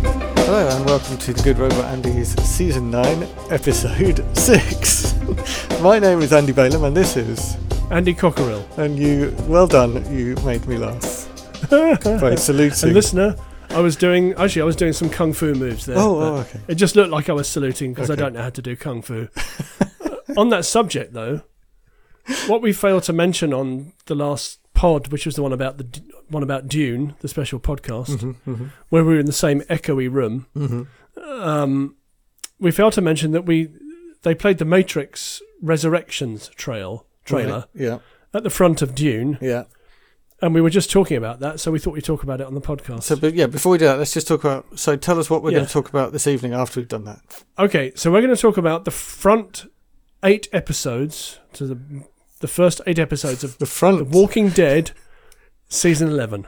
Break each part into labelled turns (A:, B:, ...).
A: Hello and welcome to the Good Robot Andy's Season 9, Episode 6. My name is Andy Balaam and this is.
B: Andy Cockerill,
A: And you, well done, you made me laugh by
B: a
A: saluting.
B: listener. I was doing actually, I was doing some kung fu moves there.
A: oh,
B: but
A: oh, okay.
B: It just looked like I was saluting because
A: Okay.
B: I don't know how to do kung fu. on that subject, though, what we failed to mention on the last pod, which was the one about the d- one about Dune, the special podcast,
A: Mm-hmm,
B: where we were in the same echoey room,
A: hmm
B: um, we failed to mention that we they played the Matrix Resurrections trail trailer
A: Yeah,
B: at the front of Dune,
A: yeah.
B: and we were just talking about that, so we thought we'd talk about it on the podcast.
A: So, but yeah, before we do that, let's just talk about. So, tell us what we're
B: Yeah.
A: going to talk about this evening after we've done that.
B: Okay, so we're going to talk about the front eight episodes to the the first eight episodes of
A: The front
B: The Walking Dead season eleven.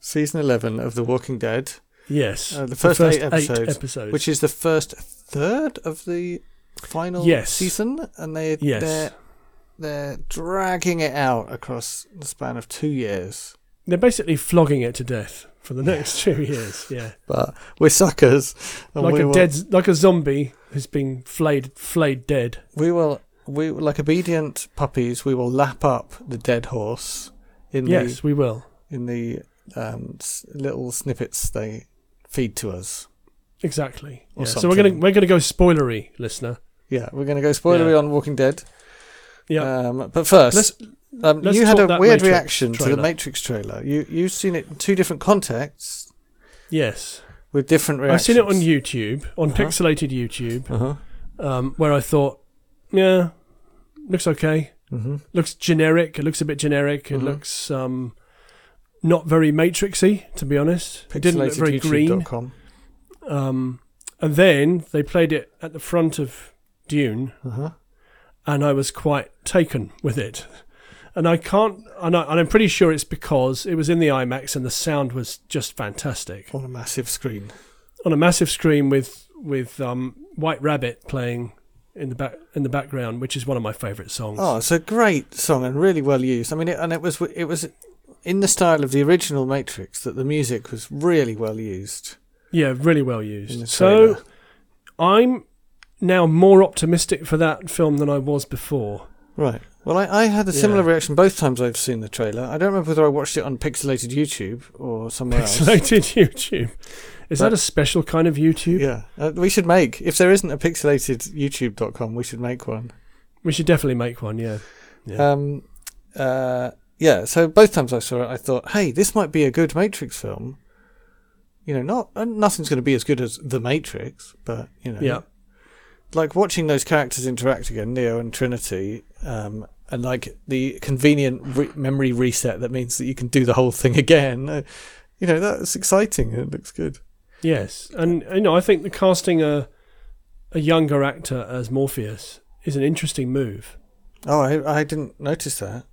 A: season 11 of The Walking Dead,
B: Yes,
A: Uh, the first eight episodes,
B: episodes.
A: which is the first third of the final
B: Yes.
A: season, and they, they're
B: yes, they're,
A: they're dragging it out across the span of two years.
B: basically flogging it to death for the next two years. Yeah,
A: But we're suckers, and
B: like
A: Oh, we
B: a
A: will,
B: dead, like a zombie who's been flayed, flayed dead.
A: We will, we like obedient puppies. We will lap up the dead horse in
B: yes, we will
A: the in the um, s- little snippets they feed to us.
B: exactly.
A: Or
B: Yeah, So we're gonna
A: something.
B: we're gonna go spoilery, listener.
A: Yeah, we're going to go spoilery
B: Yeah.
A: on Walking Dead.
B: Yeah,
A: Um, but 1st
B: let's
A: um,
B: let's
A: you had
B: talk
A: a
B: that
A: weird
B: Matrix
A: reaction to the
B: trailer.
A: Matrix trailer. You you've seen it in two different contexts
B: yes.
A: with different
B: I've
A: reactions.
B: seen it on YouTube, on
A: Uh-huh.
B: pixelated YouTube.
A: Uh-huh.
B: um, where I thought, yeah, looks okay.
A: Mm-hmm.
B: Looks generic. It looks a bit generic. It
A: Mhm.
B: looks um, not very matrixy, to be honest. It didn't look very green. Um, and then they played it at the front of Dune,
A: Uh-huh.
B: and I was quite taken with it. And I can't, and, I, and I'm pretty sure it's because it was in the IMAX and the sound was just fantastic
A: On a massive screen.
B: on a massive screen with with um, White Rabbit playing in the back in the background, which is one of my favourite songs.
A: Oh, it's a great song and really well used. I mean, it, and it was it was in the style of the original Matrix that the music was really well used.
B: Yeah, really well
A: In the
B: used. So
A: trailer.
B: I'm now more optimistic for that film than I was before.
A: Right. Well, I, I had a similar
B: Yeah.
A: reaction both times I've seen the trailer. I don't remember whether I watched it on pixelated YouTube or somewhere else.
B: Pixelated YouTube. Is
A: But-
B: that a special kind of YouTube?
A: Yeah, uh, we should make if there isn't a pixelated YouTube.com, we should make one.
B: We should definitely make one, yeah. Yeah.
A: Um, uh, yeah. So both times I saw it, I thought, "Hey, this might be a good Matrix film." You know, not uh, nothing's going to be as good as The Matrix, but you know,
B: Yeah.
A: Like watching those characters interact again, Neo and Trinity, um, and like the convenient re- memory reset that means that you can do the whole thing again. uh, you know, that's exciting. It looks good.
B: Yes. And you know, I think the casting a a younger actor as Morpheus is an interesting move.
A: Oh, I I didn't notice that.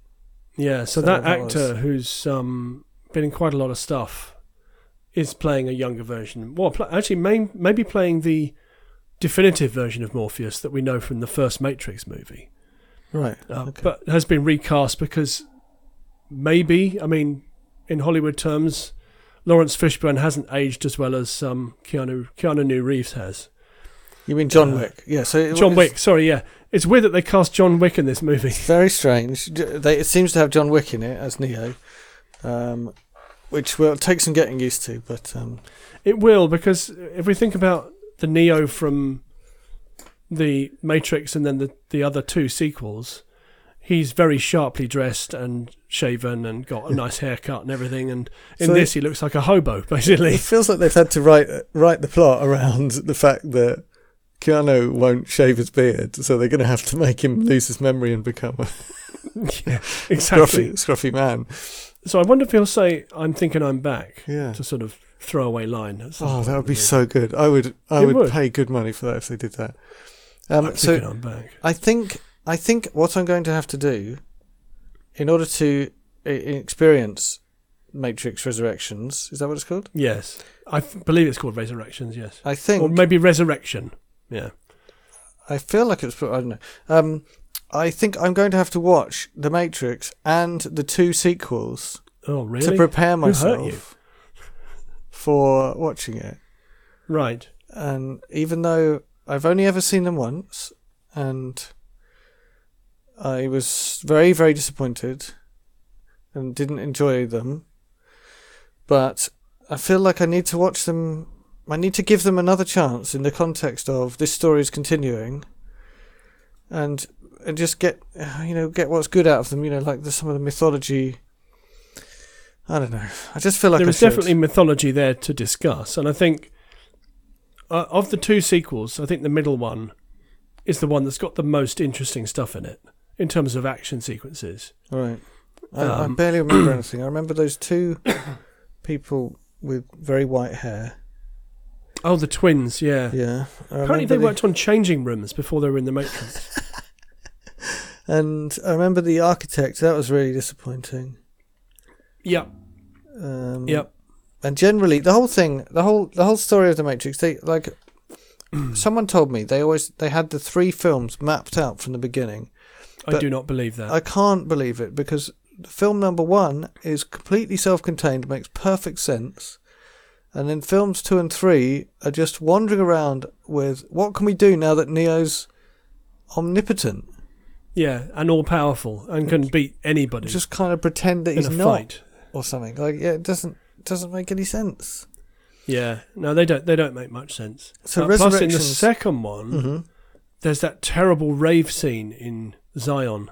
B: Yeah,
A: So
B: so that,
A: that was-
B: actor who's um, been in quite a lot of stuff is playing a younger version. Well, pl- actually, may- maybe playing the definitive version of Morpheus that we know from the first Matrix movie,
A: Right.
B: uh,
A: Ah, Okay.
B: but has been recast because maybe, I mean, in Hollywood terms, Lawrence Fishburne hasn't aged as well as um, Keanu Keanu New Reeves has.
A: You mean John
B: uh,
A: Wick? Yeah. So it
B: John
A: was-
B: Wick, sorry, yeah, it's weird that they cast John Wick in this movie.
A: It's very strange. J- They, it seems to have John Wick in it as Neo, um, which will take some getting used to. But um,
B: It will because if we think about the Neo from the Matrix and then the, the other two sequels, he's very sharply dressed and shaven and got a nice haircut and everything. And in
A: So-
B: this, he looks like a hobo
A: it
B: basically.
A: feels like they've had to write write the plot around the fact that Keanu won't shave his beard, so they're going to have to make him lose his memory and become a
B: yeah, exactly.
A: scruffy, scruffy man.
B: So I wonder if he'll say, "I'm thinking I'm back."
A: Yeah.
B: It's a sort of throwaway line. at some
A: Oh,
B: point
A: that
B: in
A: would
B: the
A: be
B: movie.
A: so good. I would I
B: It
A: would,
B: would.
A: pay good money for that if they did that.
B: I'm
A: Um, so
B: thinking I'm back.
A: I think I think what I'm going to have to do, in order to uh, experience Matrix Resurrections, is that what it's called?
B: Yes, I f- believe it's called Resurrections. Yes,
A: I think
B: or maybe Resurrection. Yeah.
A: I feel like it's. I don't know. Um, I think I'm going to have to watch The Matrix and the two sequels
B: Oh, really?
A: to prepare
B: Who hurt
A: myself
B: you?
A: for watching it.
B: Right.
A: and even though I've only ever seen them once, and I was very, very disappointed and didn't enjoy them, but I feel like I need to watch them. I need to give them another chance in the context of this story is continuing, and and just get uh, you know get what's good out of them. You know, like the, some of the mythology. I don't know. I just feel like
B: there
A: I
B: is
A: should.
B: definitely mythology there to discuss, and I think uh, of the two sequels, I think the middle one is the one that's got the most interesting stuff in it in terms of action sequences.
A: Right. I, I
B: Um,
A: barely remember anything. I remember those two people with very white hair.
B: Oh, the twins, yeah.
A: Yeah. I
B: Apparently,
A: remember
B: they
A: the-
B: worked on changing rooms before they were in the Matrix.
A: And I remember the architect. That was really disappointing.
B: yep,
A: Um,
B: yep.
A: And generally, the whole thing, the whole the whole story of the Matrix. They like. someone told me they always they had the three films mapped out from the beginning.
B: I
A: But
B: do not believe that.
A: I can't believe it because film number one is completely self-contained, makes perfect sense, and then films two and three are just wandering around with what can we do now that Neo's omnipotent?
B: yeah, and all powerful and can beat anybody
A: Just kind of pretend that
B: in
A: he's
B: a
A: not
B: fight.
A: or something. Like yeah, it doesn't doesn't make any sense.
B: Yeah, no, they don't. They don't make much sense.
A: So
B: Uh, plus, in the
A: Resurrections- Mm-hmm.
B: second one, there's that terrible rave scene in Zion,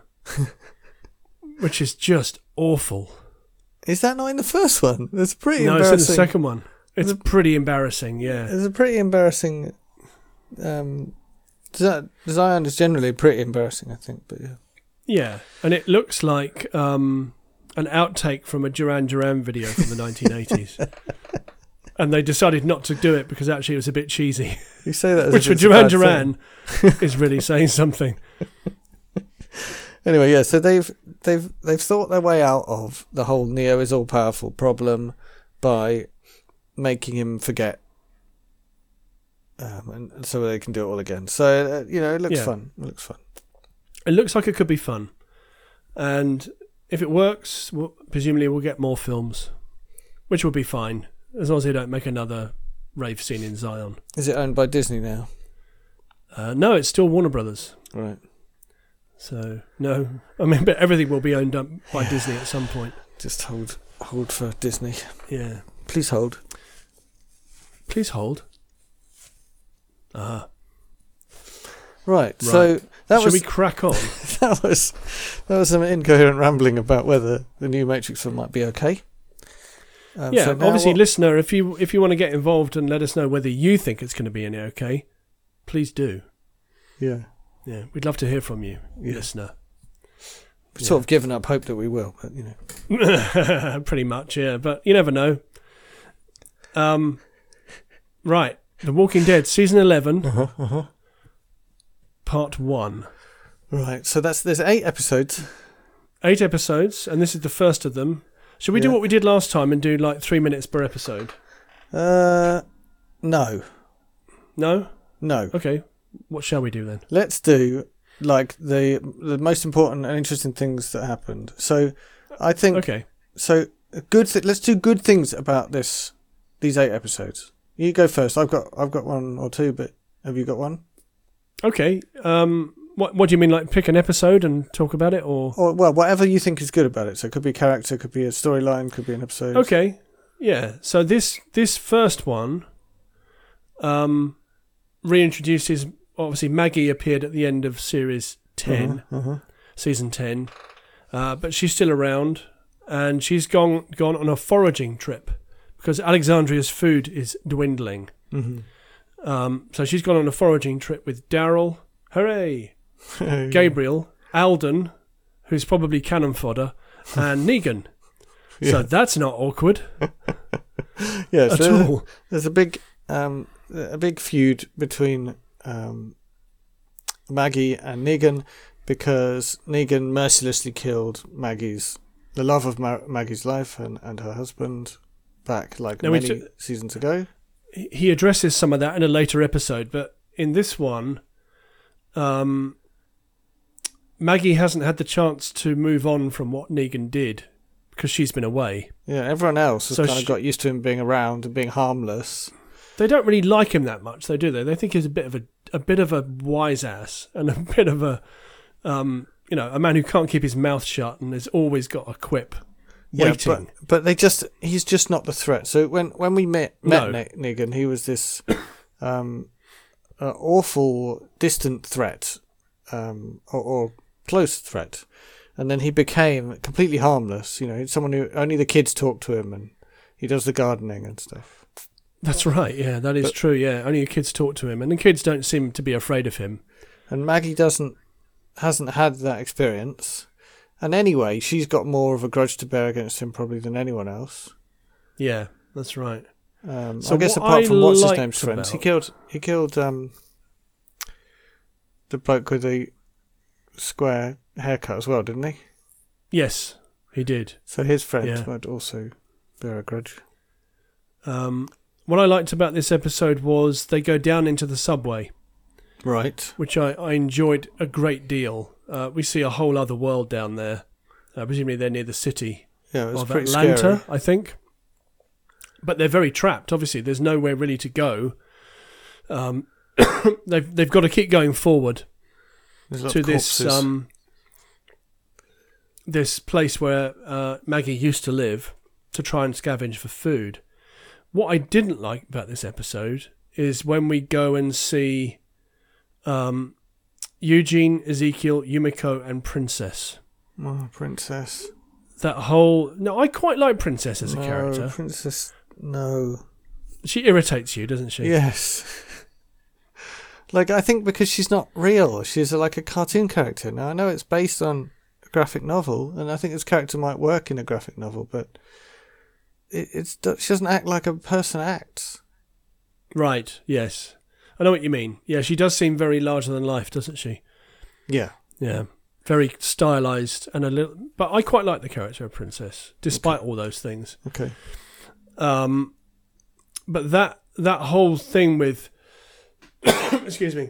B: which is just awful.
A: Is that not in the first one? That's pretty
B: No, it's in the
A: embarrassing.
B: second one. It's pretty embarrassing. Yeah,
A: It's a pretty embarrassing. Um, Z- Zion is generally pretty embarrassing, I think. But yeah,
B: yeah, and it looks like um, an outtake from a Duran Duran video from the 1980s. And they decided not to do it because actually it was a bit cheesy,
A: you say that as
B: which
A: if
B: for
A: it's a
B: Duran
A: bad thing.
B: Duran is really saying something.
A: Anyway, yeah, so they've they've they've thought their way out of the whole Neo is all powerful problem by making him forget, um, and- and so they can do it all again. So uh, you know, it looks
B: Yeah.
A: fun. It looks fun.
B: It looks like it could be fun, and if it works, we'll, presumably we'll get more films, which will be fine as long as they don't make another rave scene in Zion.
A: Is it owned by Disney now?
B: Uh, no, it's still Warner Brothers,
A: Right.
B: so no. I mean, but everything will be owned up by Disney at some point.
A: Just hold hold for Disney.
B: Yeah,
A: Please hold.
B: please hold. Ah,
A: Right. So that
B: should
A: was
B: we crack on?
A: that was that was some incoherent rambling about whether the new Matrix film might be okay. Um,
B: yeah,
A: so now
B: obviously,
A: what-
B: listener, if you if you want to get involved and let us know whether you think it's going to be any okay, please do.
A: yeah.
B: Yeah, we'd love to hear from you,
A: Yeah.
B: listener.
A: We've Sort of given up hope that we will, but you know.
B: Pretty much, yeah. But you never know. Um, right, The Walking Dead season 11 part one,
A: Right, so that's there's eight episodes.
B: eight episodes, and this is the first of them. Should we do
A: Yeah.
B: what we did last time and do like three minutes per episode?
A: Uh, no,
B: No.
A: no.
B: Okay. What shall we do then?
A: Let's do like the the most important and interesting things that happened. So, I think
B: Okay.
A: so. a Good. Th- let's do good things about this. These eight episodes. You go first. I've got I've got one or two, but have you got one?
B: Okay. Um, what What do you mean? Like pick an episode and talk about it, or
A: Or well, whatever you think is good about it. So it could be a character, could be a storyline, could be an episode.
B: Okay. Yeah. So this this first one um reintroduces obviously Maggie appeared at the end of series 10
A: uh
B: season ten. Uh, but she's still around and she's gone gone on a foraging trip because Alexandria's food is dwindling.
A: Mm-hmm.
B: Um, so she's gone on a foraging trip with Daryl. Hooray!
A: Mm.
B: Gabriel, Alden, who's probably cannon fodder, and Negan.
A: Yeah.
B: So that's not awkward
A: yeah,
B: at
A: so there's a-
B: all.
A: There's a big, um, a big feud between um, Maggie and Negan because Negan mercilessly killed Maggie's, the love of Ma- Maggie's life and, and her husband, back like
B: Now we
A: many
B: ju-
A: seasons ago.
B: he addresses some of that in a later episode, but in this one, um, Maggie hasn't had the chance to move on from what Negan did because she's been away.
A: Yeah, everyone else has
B: So
A: kind of
B: she-
A: got used to him being around and being harmless.
B: They don't really like him that much, though, do they? They think he's a bit of a a bit of a wise ass and a bit of a um, you know a man who can't keep his mouth shut and has always got a quip waiting.
A: Yeah, but, but they just he's just not the threat. So when when we met met
B: No.
A: no. Negan, he was this um, uh, awful distant threat um, or, or close threat, and then he became completely harmless. You know, he's someone who only the kids talk to him, and he does the gardening and stuff.
B: That's right. Yeah, that is
A: But-
B: true. Yeah, only your kids talk to him, and the kids don't seem to be afraid of him.
A: And Maggie doesn't hasn't had that experience. And anyway, she's got more of a grudge to bear against him probably than anyone else.
B: Yeah, that's right.
A: Um,
B: So
A: I guess
B: what
A: apart
B: I
A: from what's his
B: liked
A: name's friends, he
B: about-
A: killed he killed um, the bloke with the square haircut as well, didn't he?
B: Yes, he did.
A: So his friends
B: Yeah.
A: might also bear a grudge.
B: Um, what I liked about this episode was they go down into the subway,
A: Right.
B: which I, I enjoyed a great deal. Uh, we see a whole other world down there. Uh, presumably they're near the city
A: Yeah, it was
B: of
A: pretty
B: Atlanta,
A: scary.
B: I think. But they're very trapped. Obviously, there's nowhere really to go. Um, they've they've got to keep going forward.
A: There's a lot
B: to
A: of
B: this
A: corpses.
B: um this place where uh, Maggie used to live to try and scavenge for food. What I didn't like about this episode is when we go and see um, Eugene, Ezekiel, Yumiko, and Princess.
A: oh, princess.
B: That whole no, I quite like Princess as a
A: no,
B: character.
A: Princess. No.
B: She irritates you, doesn't she?
A: Yes. like I think because she's not real, she's a, like a cartoon character. Now I know it's based on a graphic novel, and I think this character might work in a graphic novel, but it, it's she doesn't act like a person acts.
B: Right. Yes. I know what you mean. Yeah, she does seem very larger than life, doesn't she?
A: Yeah.
B: Yeah, very stylized and a little. But I quite like the character of Princess, despite all those things.
A: Okay.
B: Um, but that that whole thing with, excuse me,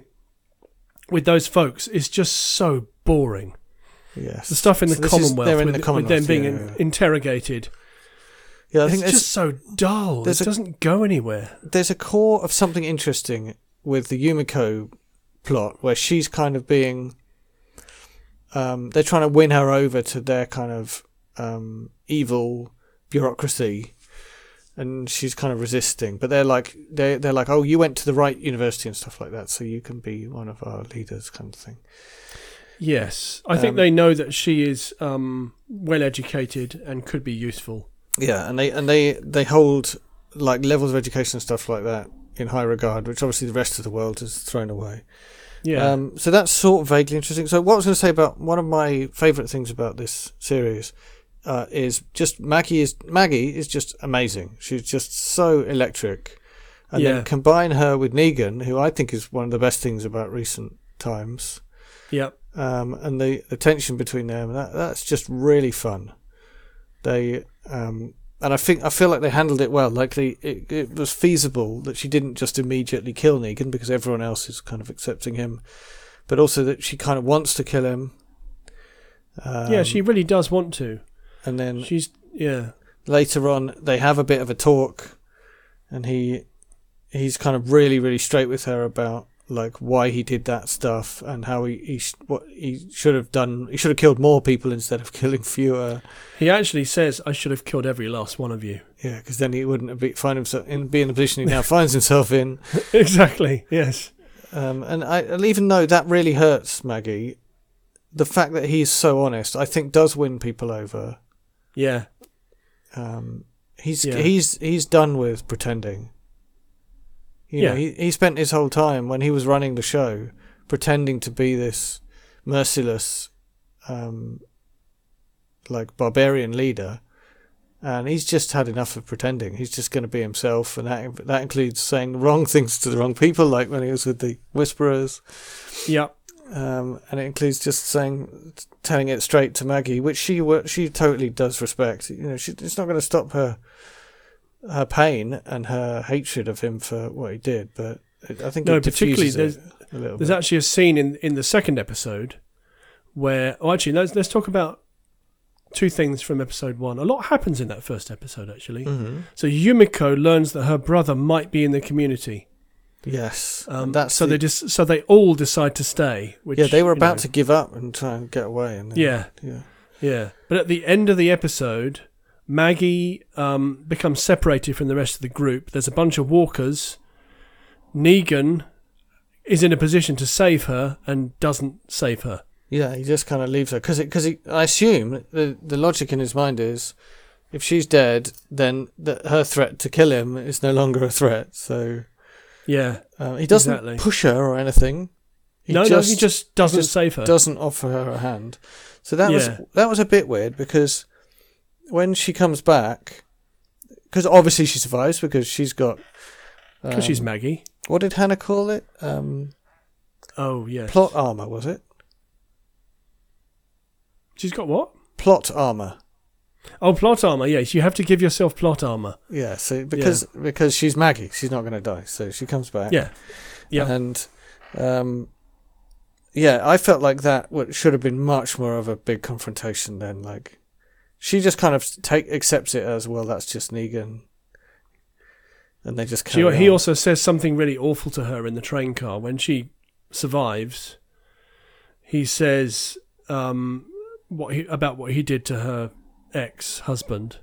B: with those folks is just so boring.
A: Yes.
B: The stuff in the
A: So this is-
B: Commonwealth,
A: they're in
B: with,
A: the
B: with
A: Commonwealth,
B: them being
A: yeah,
B: in-
A: yeah, yeah.
B: interrogated,
A: Yeah, I
B: it's
A: think there's,
B: just so dull. It
A: there's a-
B: doesn't go anywhere.
A: there's a core of something interesting with the Yumiko plot where she's kind of being um, they're trying to win her over to their kind of um, evil bureaucracy and she's kind of resisting but they're like they they're like oh you went to the right university and stuff like that so you can be one of our leaders kind of thing
B: Yes, I think
A: Um,
B: they know that she is um, well educated and could be useful.
A: Yeah, and they and they they hold like levels of education and stuff like that in high regard, which obviously the rest of the world has thrown away.
B: Yeah,
A: Um, so that's sort of vaguely interesting. So what I was going to say about one of my favourite things about this series uh, is just Maggie is Maggie is just amazing. She's just so electric, and
B: Yeah.
A: then combine her with Negan, who I think is one of the best things about recent times,
B: yeah.
A: um, and the, the tension between them that that's just really fun. They um, and I think I feel like they handled it well. Like they, it, it was feasible that she didn't just immediately kill Negan because everyone else is kind of accepting him, but also that she kind of wants to kill him. Um,
B: yeah, she really does want to.
A: and then
B: She's yeah.
A: later on they have a bit of a talk and he he's kind of really really straight with her about like why he did that stuff and how he, he sh- what he should have done he should have killed more people instead of killing fewer
B: He actually says, "I should have killed every last one of you."
A: yeah because then he wouldn't have be, find himself in be in the position he now finds himself in
B: exactly. Yes.
A: um, and I and even though that really hurts Maggie the fact that he's so honest I think does win people over
B: Yeah.
A: um, he's
B: Yeah.
A: he's he's done with pretending. You know,
B: Yeah.
A: he he spent his whole time when he was running the show pretending to be this merciless, um, like barbarian leader, and he's just had enough of pretending. He's just going to be himself, and that that includes saying the wrong things to the wrong people, like when he was with the Whisperers
B: Yeah.
A: um, and it includes just saying, telling it straight to Maggie, which she wo- she totally does respect. You know, she, it's not going to stop her her pain and her hatred of him for what he did, but it, I think
B: No,
A: it
B: particularly
A: diffuses
B: there's-
A: it a little
B: There's
A: bit.
B: actually a scene in in the second episode where, oh, actually, let's let's talk about two things from episode one. A lot happens in that first episode, actually.
A: Mm-hmm.
B: So Yumiko learns that her brother might be in the community.
A: Yes.
B: Um,
A: that's
B: so
A: the-
B: they just so they all decide to stay. Which,
A: yeah, they were
B: you
A: about
B: know,
A: to give up and try and get away. And then-
B: Yeah,
A: yeah.
B: yeah. But at the end of the episode, Maggie um, becomes separated from the rest of the group. There's a bunch of walkers. Negan is in a position to save her and doesn't save her.
A: Yeah, he just kind of leaves her because because I assume the the logic in his mind is, if she's dead, then the, her threat to kill him is no longer a threat. So
B: Yeah.
A: uh, he doesn't
B: Exactly.
A: push her or anything. He
B: no, no,
A: just
B: he just doesn't
A: just
B: save her.
A: doesn't offer her a hand. So that
B: Yeah.
A: was that was a bit weird because when she comes back, because obviously she survives because she's got.
B: Because she's
A: um,
B: Maggie.
A: What did Hannah call it? Um,
B: Oh, yeah.
A: plot armor was it?
B: She's got what?
A: Plot armor.
B: Oh, plot armor. Yes, you have to give yourself plot armor.
A: Yeah, so because because she's Maggie, she's not going to die, so she comes back.
B: Yeah. Yeah.
A: and um, yeah, I felt like that wa- should have been much more of a big confrontation. Then, like, she just kind of take accepts it as well. That's just Negan, and they just
B: She,
A: carry
B: he
A: on.
B: also says something really awful to her in the train car when she survives. He says um, what he, about what he did to her ex husband,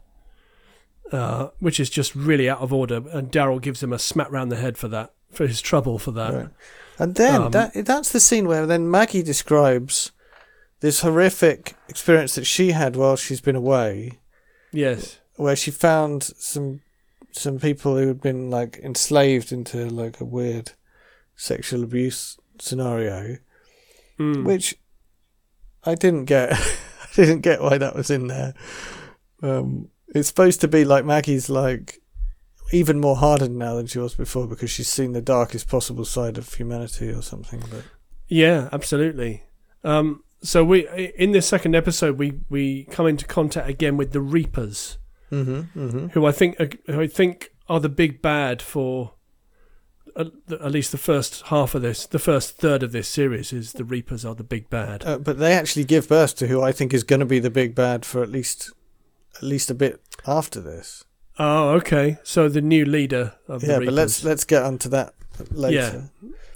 B: uh, which is just really out of order. And Daryl gives him a smack round the head for that, for his trouble for that.
A: Right. And then
B: Um,
A: that that's the scene where then Maggie describes this horrific experience that she had while she's been away.
B: Yes.
A: where she found some some people who had been like enslaved into like a weird sexual abuse scenario,
B: Mm.
A: which I didn't get. I didn't get why that was in there. Um, it's supposed to be like Maggie's like even more hardened now than she was before because she's seen the darkest possible side of humanity or something. But
B: Yeah, absolutely. Um, so we in this second episode we we come into contact again with the Reapers,
A: mm-hmm, mm-hmm.
B: who I think who I think are the big bad for at, at least the first half of this, the first third of this series is the Reapers are the big bad.
A: Uh, but they actually give birth to who I think is going to be the big bad for at least at least a bit after this.
B: Oh, okay. So the new leader of
A: yeah,
B: the Reapers.
A: but let's let's get onto that later.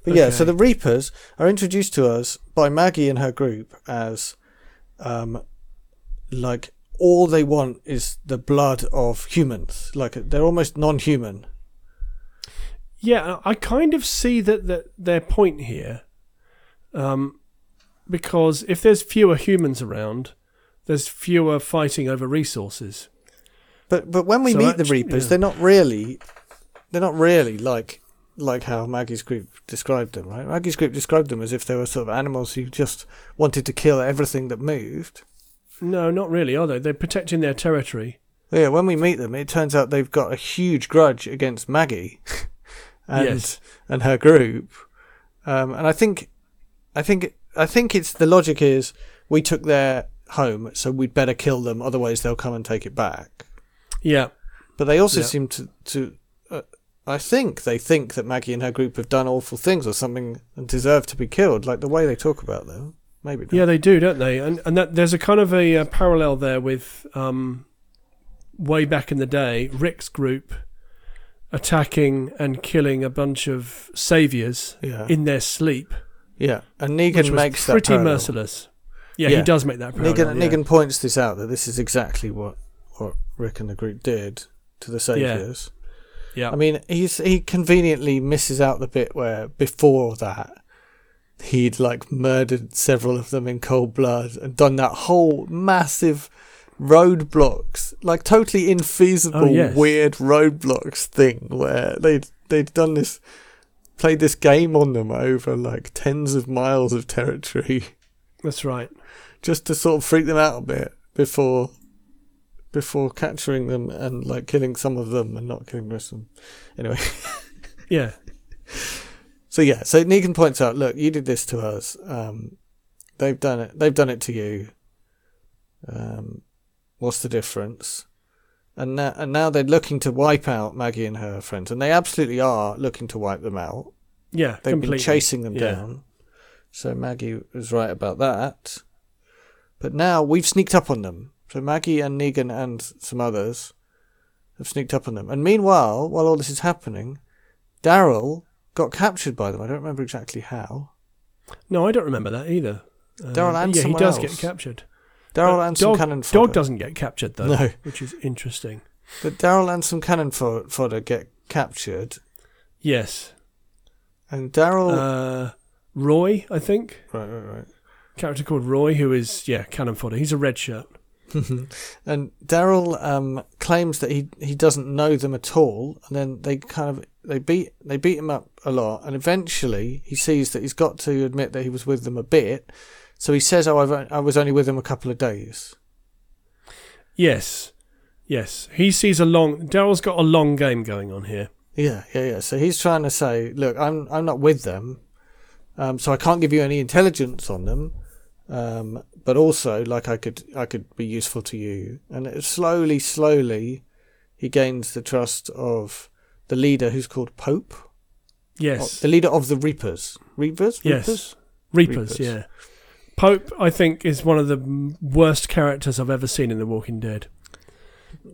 A: But yeah, so
B: Okay.
A: the Reapers are introduced to us by Maggie and her group as, um, like all they want is the blood of humans. Like they're almost non-human.
B: Yeah, I I kind of see that, that their point here, um, because if there's fewer humans around, there's fewer fighting over resources.
A: But but when we
B: So
A: meet the
B: actu-
A: Reapers,
B: yeah.
A: they're not really, they're not really like like how Maggie's group described them. Right, Maggie's group described them as if they were sort of animals who just wanted to kill everything that moved.
B: No, not really, are they? They're protecting their territory.
A: Yeah, when we meet them, it turns out they've got a huge grudge against Maggie and
B: Yes.
A: and her group. Um, and I think, I think, I think it's the logic is we took their home, so we'd better kill them, otherwise they'll come and take it back.
B: Yeah,
A: But they also
B: Yeah.
A: seem to to. Uh, I think they think that Maggie and her group have done awful things or something and deserve to be killed, like the way they talk about them. Maybe not.
B: yeah, they do, don't they? And and that there's a kind of a, uh parallel there with um, way back in the day, Rick's group attacking and killing a bunch of saviors
A: yeah,
B: in their sleep,
A: yeah. And
B: which
A: Negan
B: was
A: makes that
B: pretty
A: parallel.
B: merciless. Yeah,
A: Yeah.
B: he does make that parallel.
A: Negan,
B: yeah.
A: Negan points this out that this is exactly what, what Rick and the group did to the Saviors.
B: Yeah.
A: I mean, he's he conveniently misses out the bit where before that he'd like murdered several of them in cold blood and done that whole massive roadblocks, like totally infeasible,
B: Oh, yes.
A: weird roadblocks thing where they'd they'd done this played this game on them over like tens of miles of territory
B: That's right.
A: just to sort of freak them out a bit before before capturing them and like killing some of them and not killing the rest of them. Anyway,
B: Yeah.
A: so yeah, so Negan points out, look, you did this to us. Um, they've done it. They've done it to you. Um, what's the difference? And now, and now they're looking to wipe out Maggie and her friends, and they absolutely are looking to wipe them out.
B: Yeah.
A: They've
B: completely.
A: been chasing them
B: Yeah.
A: down. So Maggie was right about that. But now we've sneaked up on them. So Maggie and Negan and some others have sneaked up on them. And meanwhile, while all this is happening, Daryl got captured by them. I don't remember exactly how.
B: No, I don't remember that either. Uh,
A: Daryl
B: but
A: and
B: yeah, he
A: someone
B: does
A: else.
B: get captured.
A: Daryl
B: But
A: and some
B: dog,
A: cannon fodder.
B: Dog doesn't get captured though,
A: No.
B: which is interesting.
A: But Daryl and some cannon fo- fodder get captured,
B: Yes,
A: and Daryl.
B: uh, Roy, I think
A: right, right,
B: character called Roy, who is yeah cannon fodder. He's a red shirt.
A: right. and Daryl um, claims that he he doesn't know them at all, and then they kind of they beat they beat him up a lot, and eventually he sees that he's got to admit that he was with them a bit, so he says, "Oh, I've, on- I was only with them a couple of days."
B: Yes, yes. He sees a long. Daryl's got a long game going on here.
A: Yeah, yeah, yeah. So he's trying to say, look, I'm I'm not with them, um, so I can't give you any intelligence on them, um, but also like I could I could be useful to you. And it, slowly, slowly, he gains the trust of the leader who's called Pope, Oh,
B: Yes,
A: the leader of the Reapers, Reapers,
B: yes.
A: Reapers.
B: Reapers,
A: Reapers.
B: yeah. Pope, I think, is one of the m- worst characters I've ever seen in The Walking Dead.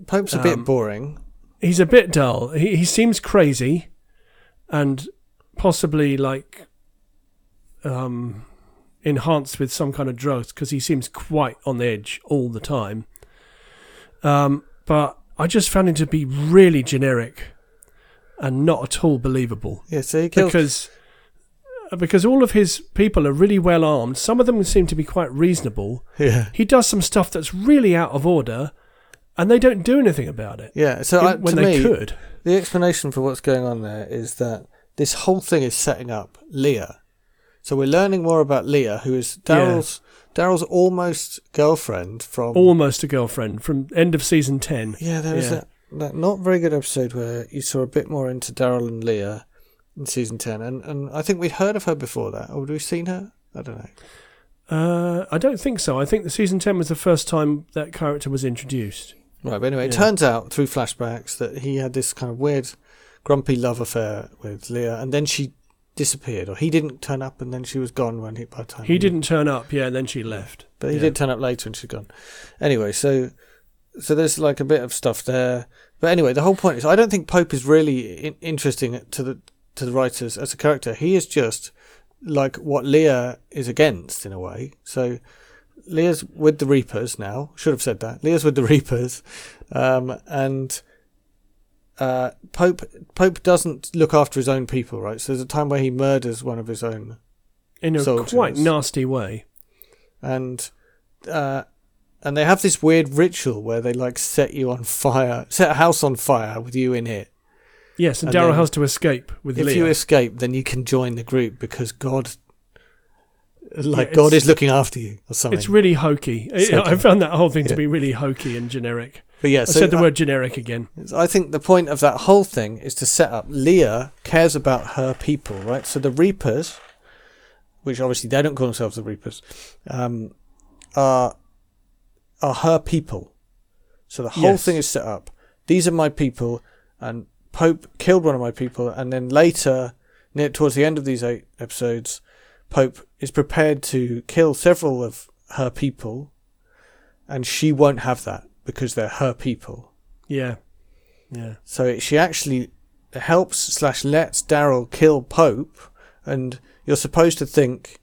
A: Pope's a bit
B: Um,
A: boring.
B: He's a bit dull. He he seems crazy, and possibly like um, enhanced with some kind of drugs because he seems quite on the edge all the time. Um, but I just found him to be really generic and not at all believable
A: Yeah, so he kills.
B: because uh, because all of his people are really well armed. Some of them seem to be quite reasonable.
A: yeah,
B: He does some stuff that's really out of order, and they don't do anything about it
A: yeah. So I,
B: when
A: Uh, to
B: they
A: me,
B: could.
A: The explanation for what's going on there is that this whole thing is setting up Leah. So we're learning more about Leah, who is Daryl's Daryl's almost girlfriend from.
B: Almost a girlfriend from end of season ten.
A: yeah, there was
B: yeah.
A: That, that not very good episode where you saw a bit more into Daryl and Leah in season ten, and and I think we'd heard of her before that, or had we seen her? I don't know.
B: Uh, I don't think so. I think the season ten was the first time that character was introduced.
A: Right, but anyway, it
B: Yeah.
A: turns out through flashbacks that he had this kind of weird, grumpy love affair with Leah, and then she disappeared, or he didn't turn up, and then she was gone when he by the time
B: He didn't turn up. Yeah, and then she left.
A: But he
B: Yeah.
A: did turn up later and she'd gone. Anyway, so so there's like a bit of stuff there. But anyway, the whole point is I don't think Pope is really in- interesting to the to the writers as a character. He is just like what Leah is against in a way. So Leah's with the Reapers now. Should have said that. Leah's with the Reapers, um, and uh, Pope Pope doesn't look after his own people, right? So there's a time where he murders one of his own
B: In a
A: Soldiers.
B: quite nasty way.
A: and uh, and they have this weird ritual where they like set you on fire, set a house on fire with you in it.
B: Yes, and,
A: And
B: Daryl
A: then
B: has to escape with
A: If
B: Leah.
A: you escape, then you can join the group because God, like
B: Yeah,
A: God
B: it's-
A: is looking after you or something.
B: It's really hokey. I-
A: Second.
B: I found that whole thing
A: Yeah.
B: to be really hokey and generic.
A: but yeah,
B: I
A: so
B: said the
A: I-
B: word generic again.
A: I think the point of that whole thing is to set up Leah cares about her people, right? So the Reapers, which obviously they don't call themselves the Reapers, um, are are her people. So the whole
B: Yes.
A: thing is set up. These are my people, and Pope killed one of my people, and then later, near towards the end of these eight episodes, Pope is prepared to kill several of her people, and she won't have that because they're her people.
B: Yeah. Yeah.
A: So it- she actually helps slash lets Daryl kill Pope, and you're supposed to think,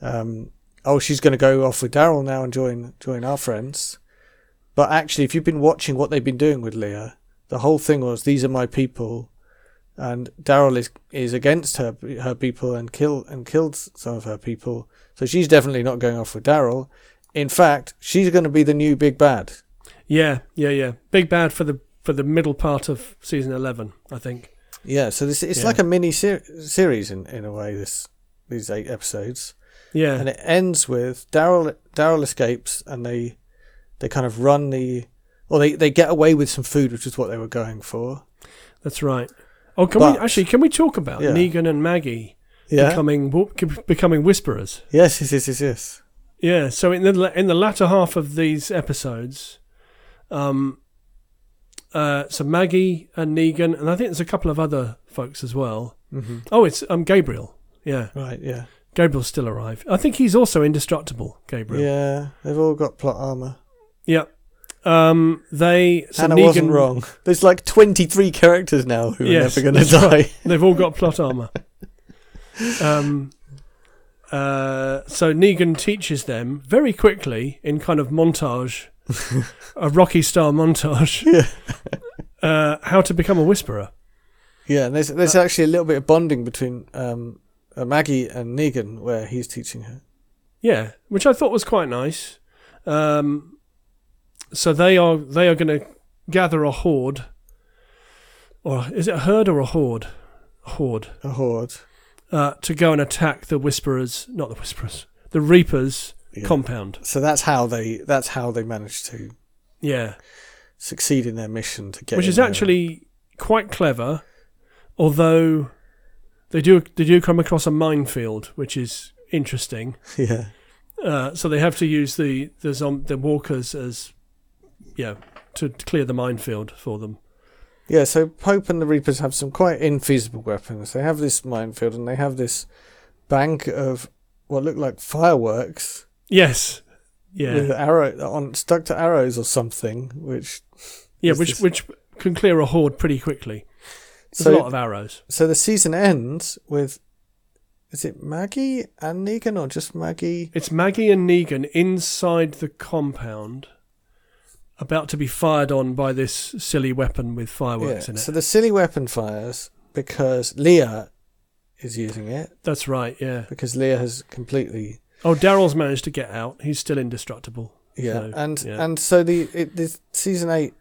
A: um, oh, she's going to go off with Daryl now and join join our friends. But actually, if you've been watching what they've been doing with Leah, the whole thing was these are my people, and Daryl is is against her her people and kill and killed some of her people. So she's definitely not going off with Daryl. In fact, she's going to be the new big bad.
B: Yeah. Yeah. Yeah. Big bad for the for the middle part of season eleven, I think.
A: Yeah, so this it's
B: Yeah.
A: like a mini ser- series in, in a way. This these eight episodes,
B: Yeah.
A: and it ends with Daryl Daryl escapes, and they they kind of run the or they, they get away with some food, which is what they were going for.
B: that's right. Oh, can
A: But-
B: we actually can we talk about
A: Yeah.
B: Negan and Maggie
A: Yeah.
B: becoming wo- c- becoming whisperers?
A: yes. Yes. Yes. Yes. Yes.
B: Yeah. So in the la- in the latter half of these episodes, um, uh, so Maggie and Negan, and I think there's a couple of other folks as well.
A: hmm
B: Oh, it's um Gabriel. Yeah.
A: Right. Yeah.
B: Gabriel's still alive. I think he's also indestructible, Gabriel.
A: Yeah. They've all got plot armor.
B: Yep. Um, they so
A: Hannah
B: Negan,
A: wasn't wrong. There's like 23 characters now who
B: Yes,
A: are never going
B: that's
A: to die.
B: right. They've all got plot armor. Um, uh, so Negan teaches them very quickly in kind of montage, a Rocky style montage, uh, how to become a whisperer.
A: Yeah, and there's there's actually a little bit of bonding between um, uh, Maggie and Negan where he's teaching her.
B: Yeah, which I thought was quite nice. Um, so they are they are going to gather a horde, or is it a herd or a horde? Horde.
A: A horde.
B: uh, to go and attack the Whisperers, not the Whisperers, the Reapers
A: Yeah.
B: compound.
A: so that's how they that's how they managed to
B: Yeah,
A: succeed in their mission to get
B: which
A: in
B: is
A: there.
B: actually quite clever, although they do they do come across a minefield, which is interesting.
A: yeah
B: Uh, so they have to use the the, zom- the walkers as yeah to clear the minefield for them.
A: yeah so Pope and the Reapers have some quite infeasible weapons they have this minefield and they have this bank of what look like fireworks
B: Yes. Yeah.
A: with arrow on stuck to arrows or something which
B: yeah,
A: is
B: which
A: this-
B: which can clear a horde pretty quickly. There's
A: So-
B: a lot of arrows.
A: so the season ends with is it Maggie and Negan or just Maggie
B: It's Maggie and Negan inside the compound, about to be fired on by this silly weapon with fireworks
A: yeah
B: in it.
A: so the silly weapon fires because Leah is using it
B: That's right, yeah.
A: because Leah has completely
B: Oh, Daryl's managed to get out. He's still indestructible.
A: Yeah,
B: So,
A: and
B: yeah.
A: and so the it, the season eight,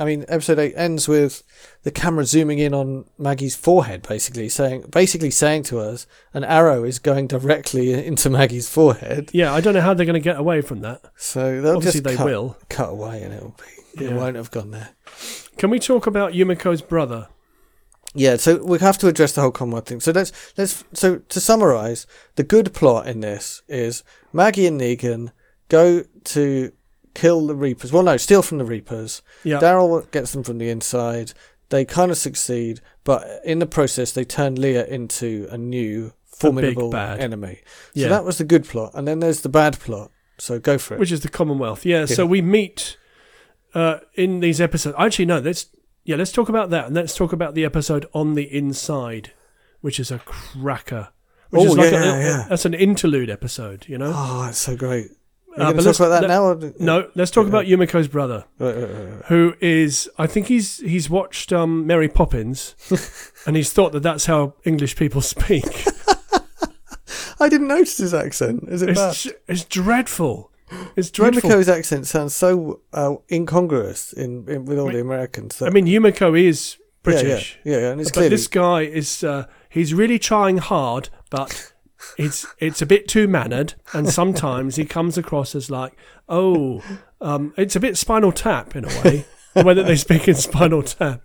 A: I mean episode eight ends with the camera zooming in on Maggie's forehead, basically saying basically saying to us an arrow is going directly into Maggie's forehead.
B: Yeah, I don't know how they're going to get away from that.
A: So they'll
B: Obviously,
A: just
B: they
A: cut,
B: will.
A: cut away, and it'll be it
B: Yeah.
A: won't have gone there.
B: Can we talk about Yumiko's brother?
A: Yeah, so we have to address the whole Commonwealth thing. So let's let's so to summarize, the good plot in this is Maggie and Negan go to kill the Reapers. Well, no, steal from the Reapers.
B: Yeah.
A: Daryl gets them from the inside. They kind of succeed, but in the process, they turn Leah into a new formidable
B: bad.
A: enemy. So
B: yeah.
A: that was the good plot, and then there's the bad plot. So go for it.
B: Which is the Commonwealth. Yeah, so we meet uh, in these episodes. Actually, no, let's yeah, let's talk about that, and let's talk about the episode on the inside, which is a cracker. Which
A: Oh,
B: is like
A: yeah,
B: a,
A: yeah, yeah.
B: that's an interlude episode, you know.
A: oh, it's so great. Are you going to
B: Uh, but
A: talk
B: let's-
A: about that
B: let-
A: now? Or...
B: No, let's talk about Yumiko's brother,
A: Right, right, right, right.
B: who is I think he's he's watched um, Mary Poppins, and he's thought that that's how English people speak.
A: I didn't notice his accent. Is it bad?
B: it's, it's dreadful. It's dreadful.
A: Yumiko's accent sounds so uh, incongruous in, in with all the Americans.
B: I
A: that-
B: mean, Yumiko is
A: yeah,
B: British.
A: yeah, yeah, yeah, and it's
B: But
A: clearly
B: this guy is uh, he's really trying hard, but it's it's a bit too mannered, and sometimes he comes across as like, oh, um, it's a bit Spinal Tap in a way, the way that they speak in Spinal Tap.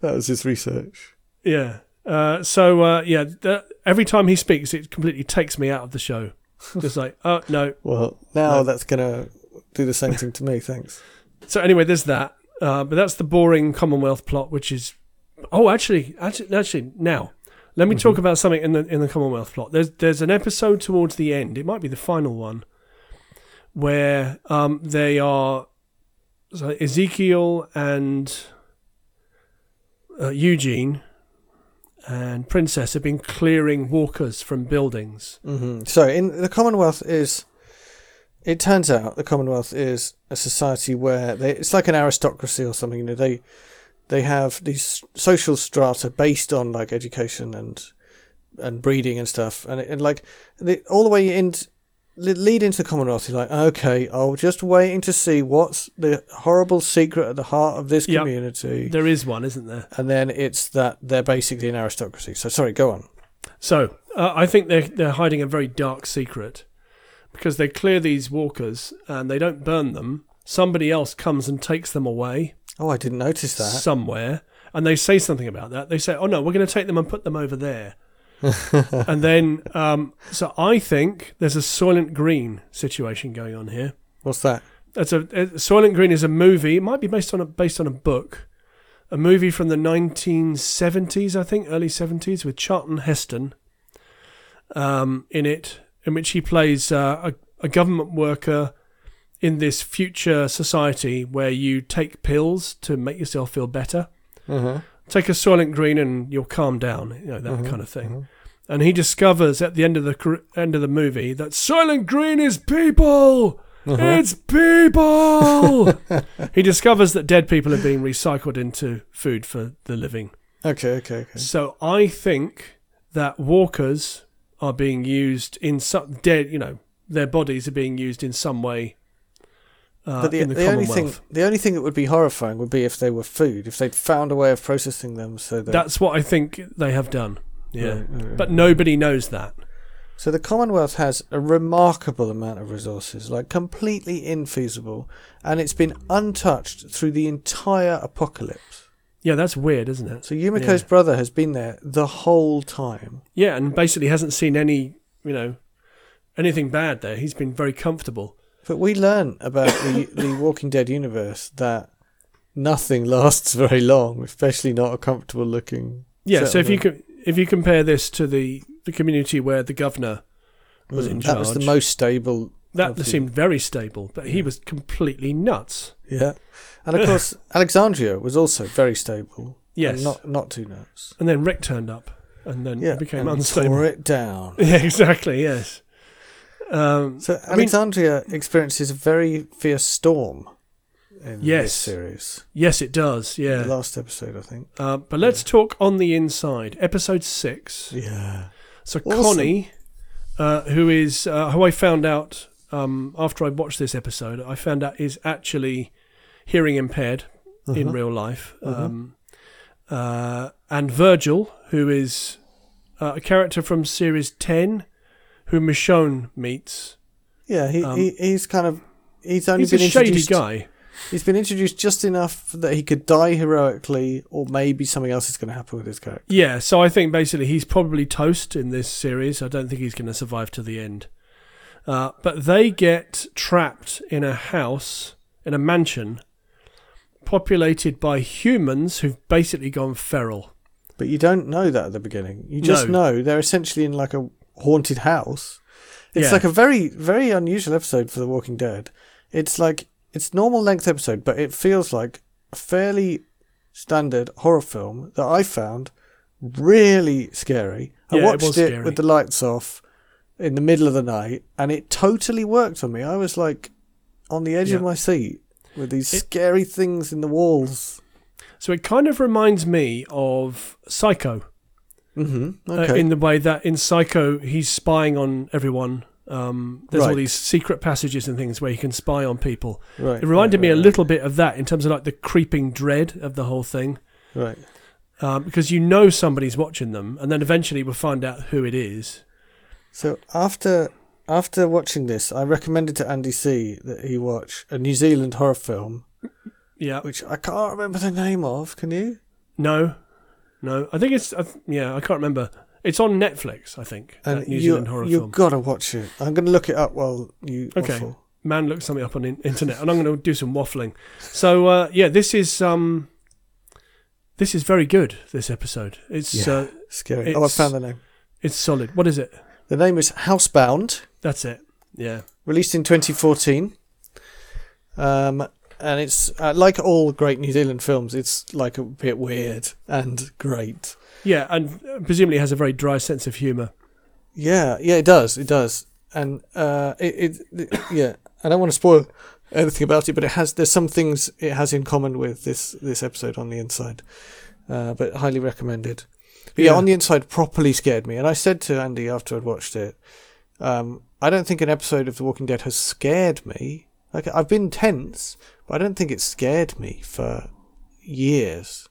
A: that was his research.
B: Yeah. Uh, so uh, yeah, th- every time he speaks, it completely takes me out of the show. Just like, oh no.
A: Well, now that's gonna do the same thing to me. Thanks.
B: So anyway, there's that. Uh, but that's the boring Commonwealth plot, which is. Oh, actually, actually, actually, now let me talk about something in the in the Commonwealth plot. There's there's an episode towards the end. It might be the final one, where um, they are so Ezekiel and uh, Eugene and Princess have been clearing walkers from buildings.
A: hmm So, in the Commonwealth is, it turns out the Commonwealth is a society where they, it's like an aristocracy or something. You know, they they have these social strata based on like education and and breeding and stuff, and, and like the, all the way in. le- Lead into the Commonwealth. You're like, okay, I'll just waiting to see what's the horrible secret at the heart of this
B: Yep.
A: community,
B: There is one, isn't there?
A: and then it's that they're basically an aristocracy. So, sorry, go on.
B: So uh, I think they're they're hiding a very dark secret because they clear these walkers and they don't burn them. Somebody else comes and takes them away
A: Oh, I didn't notice that.
B: somewhere, and they say something about that. They say, "Oh no, we're going to take them and put them over there." and then, um, so I think there's a Soylent Green situation going on here.
A: What's that?
B: That's a uh, Soylent Green is a movie. It might be based on a based on a book, a movie from the 1970s, I think, early 70s, with Charlton Heston um, in it, in which he plays uh, a, a government worker in this future society where you take pills to make yourself feel better.
A: Uh-huh.
B: Take a Soylent Green and you'll calm down, you know that
A: Mhm,
B: kind of thing. Eh,
A: mhm.
B: And he discovers at the end of the cor- end of the movie that Soylent Green is people.
A: Uh-huh.
B: It's people. he discovers that dead people are being recycled into food for the living.
A: Okay, okay, okay.
B: So I think that walkers are being used in some dead, you know, their bodies are being used in some way uh,
A: But the,
B: in the,
A: the only
B: Commonwealth.
A: thing the only thing that would be horrifying would be if they were food, if they'd found a way of processing them so that
B: That's what I think they have done. Yeah.
A: Right, right, right.
B: But nobody knows that.
A: So the Commonwealth has a remarkable amount of resources, like completely infeasible, and it's been untouched through the entire apocalypse.
B: Yeah, that's weird, isn't it?
A: So Yumiko's
B: Yeah.
A: brother has been there the whole time.
B: Yeah, and basically hasn't seen any, you know, anything bad there. He's been very comfortable.
A: But we learn about the, the Walking Dead universe that nothing lasts very long, especially not a comfortable looking.
B: Yeah, so if you
A: settlement.
B: can if you compare this to the the community where the governor was in
A: Mm. that was the
B: charge.
A: most stable
B: that
A: Absolutely.
B: seemed very stable, but he was completely nuts.
A: Yeah. And of course, Alexandria was also very stable.
B: Yes.
A: And not not too nuts.
B: And then Rick turned up, and then
A: Yeah.
B: it became
A: and
B: unstable.
A: Tore it down.
B: Yeah, exactly. Yes. Um,
A: So
B: mean-
A: Alexandria experiences a very fierce storm in this
B: Yes.
A: series.
B: yes, it does.
A: The
B: Yeah.
A: last episode, I think.
B: Uh, but let's talk on the inside, episode six.
A: Yeah.
B: So
A: Awesome.
B: Connie, uh, who is uh, who I found out um, after I watched this episode, I found out is actually hearing impaired in
A: Uh-huh.
B: real life. Um, uh, and Virgil, who is uh, a character from series ten, who Michonne meets.
A: Yeah, he,
B: Um,
A: he he's kind of he's only
B: He's a
A: been
B: shady
A: introduced
B: guy.
A: he's been introduced just enough that he could die heroically or maybe something else is gonna happen with his character.
B: Yeah, so I think basically he's probably toast in this series. I don't think he's going to survive to the end. Uh, but they get trapped in a house, in a mansion, populated by humans who've basically gone feral.
A: But you don't know that at the beginning. You just
B: No.
A: know they're essentially in like a haunted house. It's
B: Yeah.
A: like a very, very unusual episode for The Walking Dead. It's like it's normal length episode, but it feels like a fairly standard horror film that I found really scary. I
B: Yeah, it
A: watched
B: was
A: it,
B: scary.
A: with the lights off in the middle of the night, and it totally worked on me. I was like on the edge of
B: Yeah.
A: my seat with these
B: It-
A: scary things in the walls.
B: So it kind of reminds me of Psycho
A: Mm-hmm.
B: uh,
A: Okay.
B: in the way that in Psycho he's spying on everyone. Um, there's all
A: Right.
B: these secret passages and things where he can spy on people.
A: right.
B: It reminded
A: right,
B: me a
A: right,
B: little bit of that in terms of like the creeping dread of the whole thing.
A: Right.
B: um, because you know somebody's watching them, and then eventually we'll find out who it is.
A: So after after watching this, I recommended to Andy C that he watch a New Zealand horror film,
B: Yeah.
A: which I can't remember the name of. Can you?
B: No. No. I think it's. I th- yeah, I can't remember. It's on Netflix, I think. that New
A: you,
B: Zealand horror
A: you
B: film.
A: gotta watch it. I'm gonna look it up while you.
B: Okay.
A: waffle.
B: Man looked something up on the internet, and I'm going to do some waffling. So uh, yeah, this is um, this is very good. This episode. It's
A: Yeah.
B: uh,
A: Scary. oh, I
B: It's-
A: found the name.
B: it's solid. What is it?
A: The name is Housebound.
B: That's it. Yeah.
A: Released in 2014. Um. And it's uh, like all great New Zealand films. It's like a bit weird and great.
B: Yeah, and uh, presumably has a very dry sense of humour.
A: Yeah, yeah, it does. It does. And uh, it, it, it- yeah, I don't want to spoil anything about it, but it has. There's some things it has in common with this this episode on the inside, uh, but highly recommended. But yeah.
B: Yeah.
A: on the inside, properly scared me, and I said to Andy after I'd watched it, um, I don't think an episode of The Walking Dead has scared me. Like I've been tense, but I don't think it scared me for years.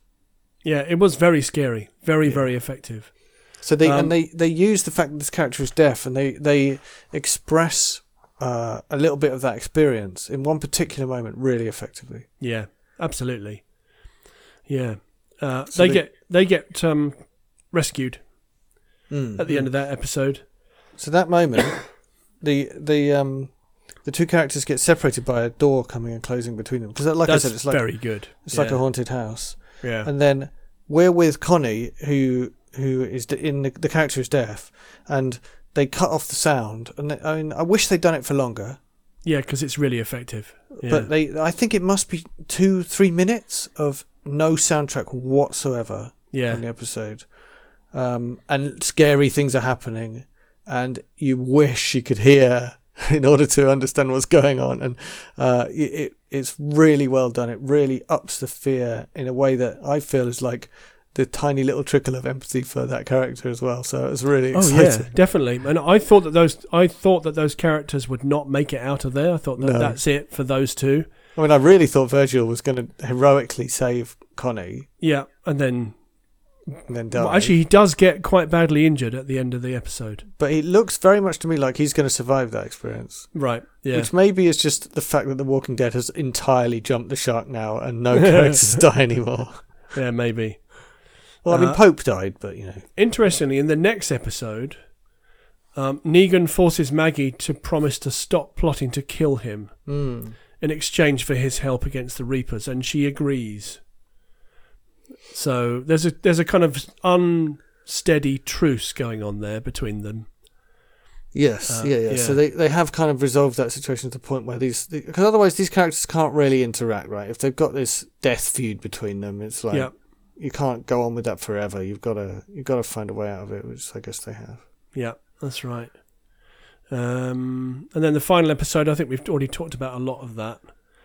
B: Yeah, it was very scary. Very very effective.
A: So they
B: Um,
A: and they they use the fact that this character is deaf, and they they express uh, a little bit of that experience in one particular moment really effectively.
B: Yeah, absolutely. Yeah, uh,
A: So
B: they,
A: they-
B: get they get um, rescued
A: Hmm.
B: at the end of that episode.
A: So that moment, the the um the two characters get separated by a door coming and closing between them because, like
B: That's
A: I said, it's like
B: very good.
A: it's
B: yeah.
A: like a haunted house.
B: yeah.
A: and then we're with Connie, who who is d- in the, the character is deaf, and they cut off the sound. And they, I mean, I wish they'd done it for longer
B: Yeah, because it's really effective. Yeah.
A: But they, I think it must be two, three minutes of no soundtrack whatsoever
B: yeah.
A: on the episode. Um, and scary things are happening, and you wish you could hear in order to understand what's going on. And uh, it, it it's really well done. It really ups the fear in a way that I feel is like the tiny little trickle of empathy for that character as well. So it's really
B: Oh
A: exciting.
B: yeah, definitely. And I thought that those I thought that those characters would not make it out of there. I thought that
A: No.
B: that's it for those two.
A: I mean, I really thought Virgil was going to heroically save Connie
B: Yeah, and then
A: and then die.
B: well, actually he does get quite badly injured at the end of the episode.
A: but it looks very much to me like he's going to survive that experience.
B: Right. Yeah.
A: Which maybe is just the fact that The Walking Dead has entirely jumped the shark now and no characters die anymore.
B: yeah, maybe.
A: Well, I mean,
B: Uh,
A: Pope died, but you know.
B: Interestingly, in the next episode, um, Negan forces Maggie to promise to stop plotting to kill him Hmm.
A: Mm.
B: in exchange for his help against the Reapers, and she agrees. So there's a there's a kind of unsteady truce going on there between them.
A: Yes,
B: Uh,
A: yeah, yeah,
B: yeah.
A: So they, they have kind of resolved that situation to the point where these because otherwise these characters can't really interact, right? If they've got this death feud between them, it's like
B: yeah,
A: you can't go on with that forever. You've got to you've got to find a way out of it, which I guess they have.
B: yeah, that's right. Um, and then the final episode, I think we've already talked about a lot of that.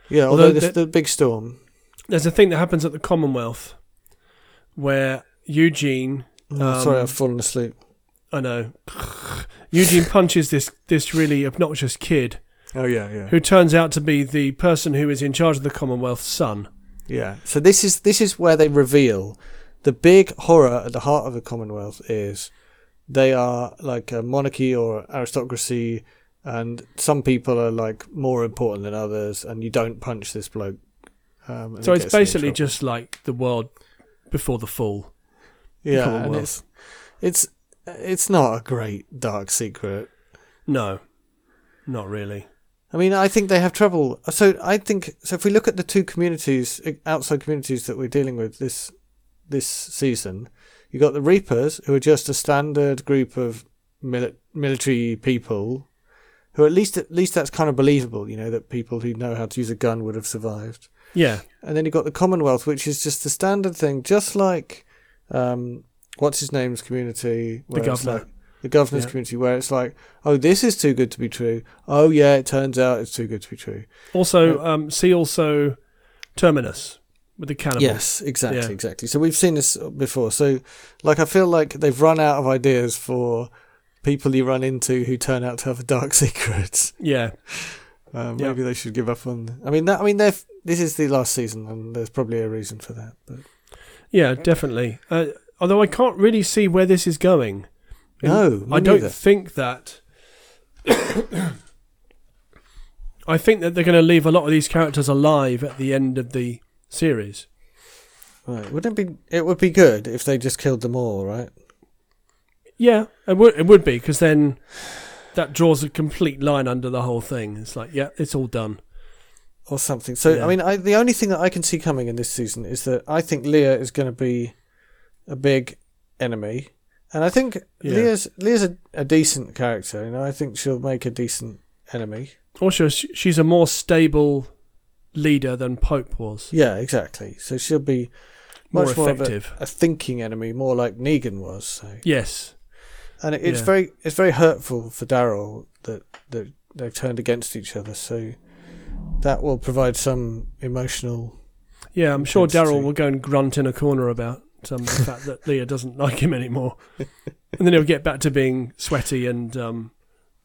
A: Yeah,
B: Although
A: although this,
B: the-
A: the big storm.
B: There's a thing that happens at the Commonwealth where Eugene
A: Oh,
B: Um,
A: sorry, I've fallen asleep.
B: I know. Eugene punches this this really obnoxious kid
A: Oh yeah, yeah,
B: who turns out to be the person who is in charge of the Commonwealth's son.
A: yeah. So this is this is where they reveal the big horror at the heart of the Commonwealth is they are like a monarchy or aristocracy, and some people are like more important than others, and you don't punch this bloke. Um, and
B: So
A: he
B: it's
A: gets in
B: basically
A: trouble.
B: just like the world before the fall.
A: yeah, and
B: Commonwealth.
A: it's it's it's not a great dark secret.
B: No, not really.
A: I mean, I think they have trouble. So I think so. If we look at the two communities, uh, outside communities that we're dealing with this this season, you got the Reapers, who are just a standard group of mili- military people, who at least at least that's kind of believable. You know that people who know how to use a gun would have survived.
B: Yeah,
A: And then you got the Commonwealth, which is just the standard thing, just like um, what's his name's community, where it's
B: governor.
A: like- the governor's
B: Yeah.
A: community, where it's like, oh, this is too good to be true. Oh yeah, it turns out it's too good to be true.
B: Also, um, see also Terminus with the cannibal.
A: Yes, exactly,
B: Yeah.
A: exactly. So we've seen this before. So, like, I feel like they've run out of ideas for people you run into who turn out to have a dark secret.
B: Yeah,
A: Um,
B: Yeah.
A: Maybe they should give up on. I mean, that, I mean, they're, this is the last season, and there's probably a reason for that. But
B: yeah, definitely. Uh, although I can't really see where this is going.
A: no, me
B: I don't
A: neither.
B: think that. I think that they're going to leave a lot of these characters alive at the end of the series.
A: Right. Wouldn't it be? It would be good if they just killed them all, right?
B: Yeah, it would it would be because then that draws a complete line under the whole thing. It's like, yeah, it's all done.
A: Or something. So
B: Yeah.
A: I mean, I, the only thing that I can see coming in this season is that I think Leah is going to be a big enemy, and I think
B: Yeah.
A: Leah's Leah's a, a decent character. You know, I think she'll make a decent enemy.
B: Also, sh- she's a more stable leader than Pope was.
A: Yeah, exactly. So she'll be
B: More
A: much more of a,
B: effective.
A: a thinking enemy, more like Negan was. So.
B: Yes.
A: And it, it's
B: Yeah.
A: very it's very hurtful for Daryl that that they've turned against each other. So that will provide some emotional
B: Yeah, I'm sure
A: Intensity.
B: Daryl will go and grunt in a corner about um, the fact that Leah doesn't like him anymore, and then he'll get back to being sweaty and um,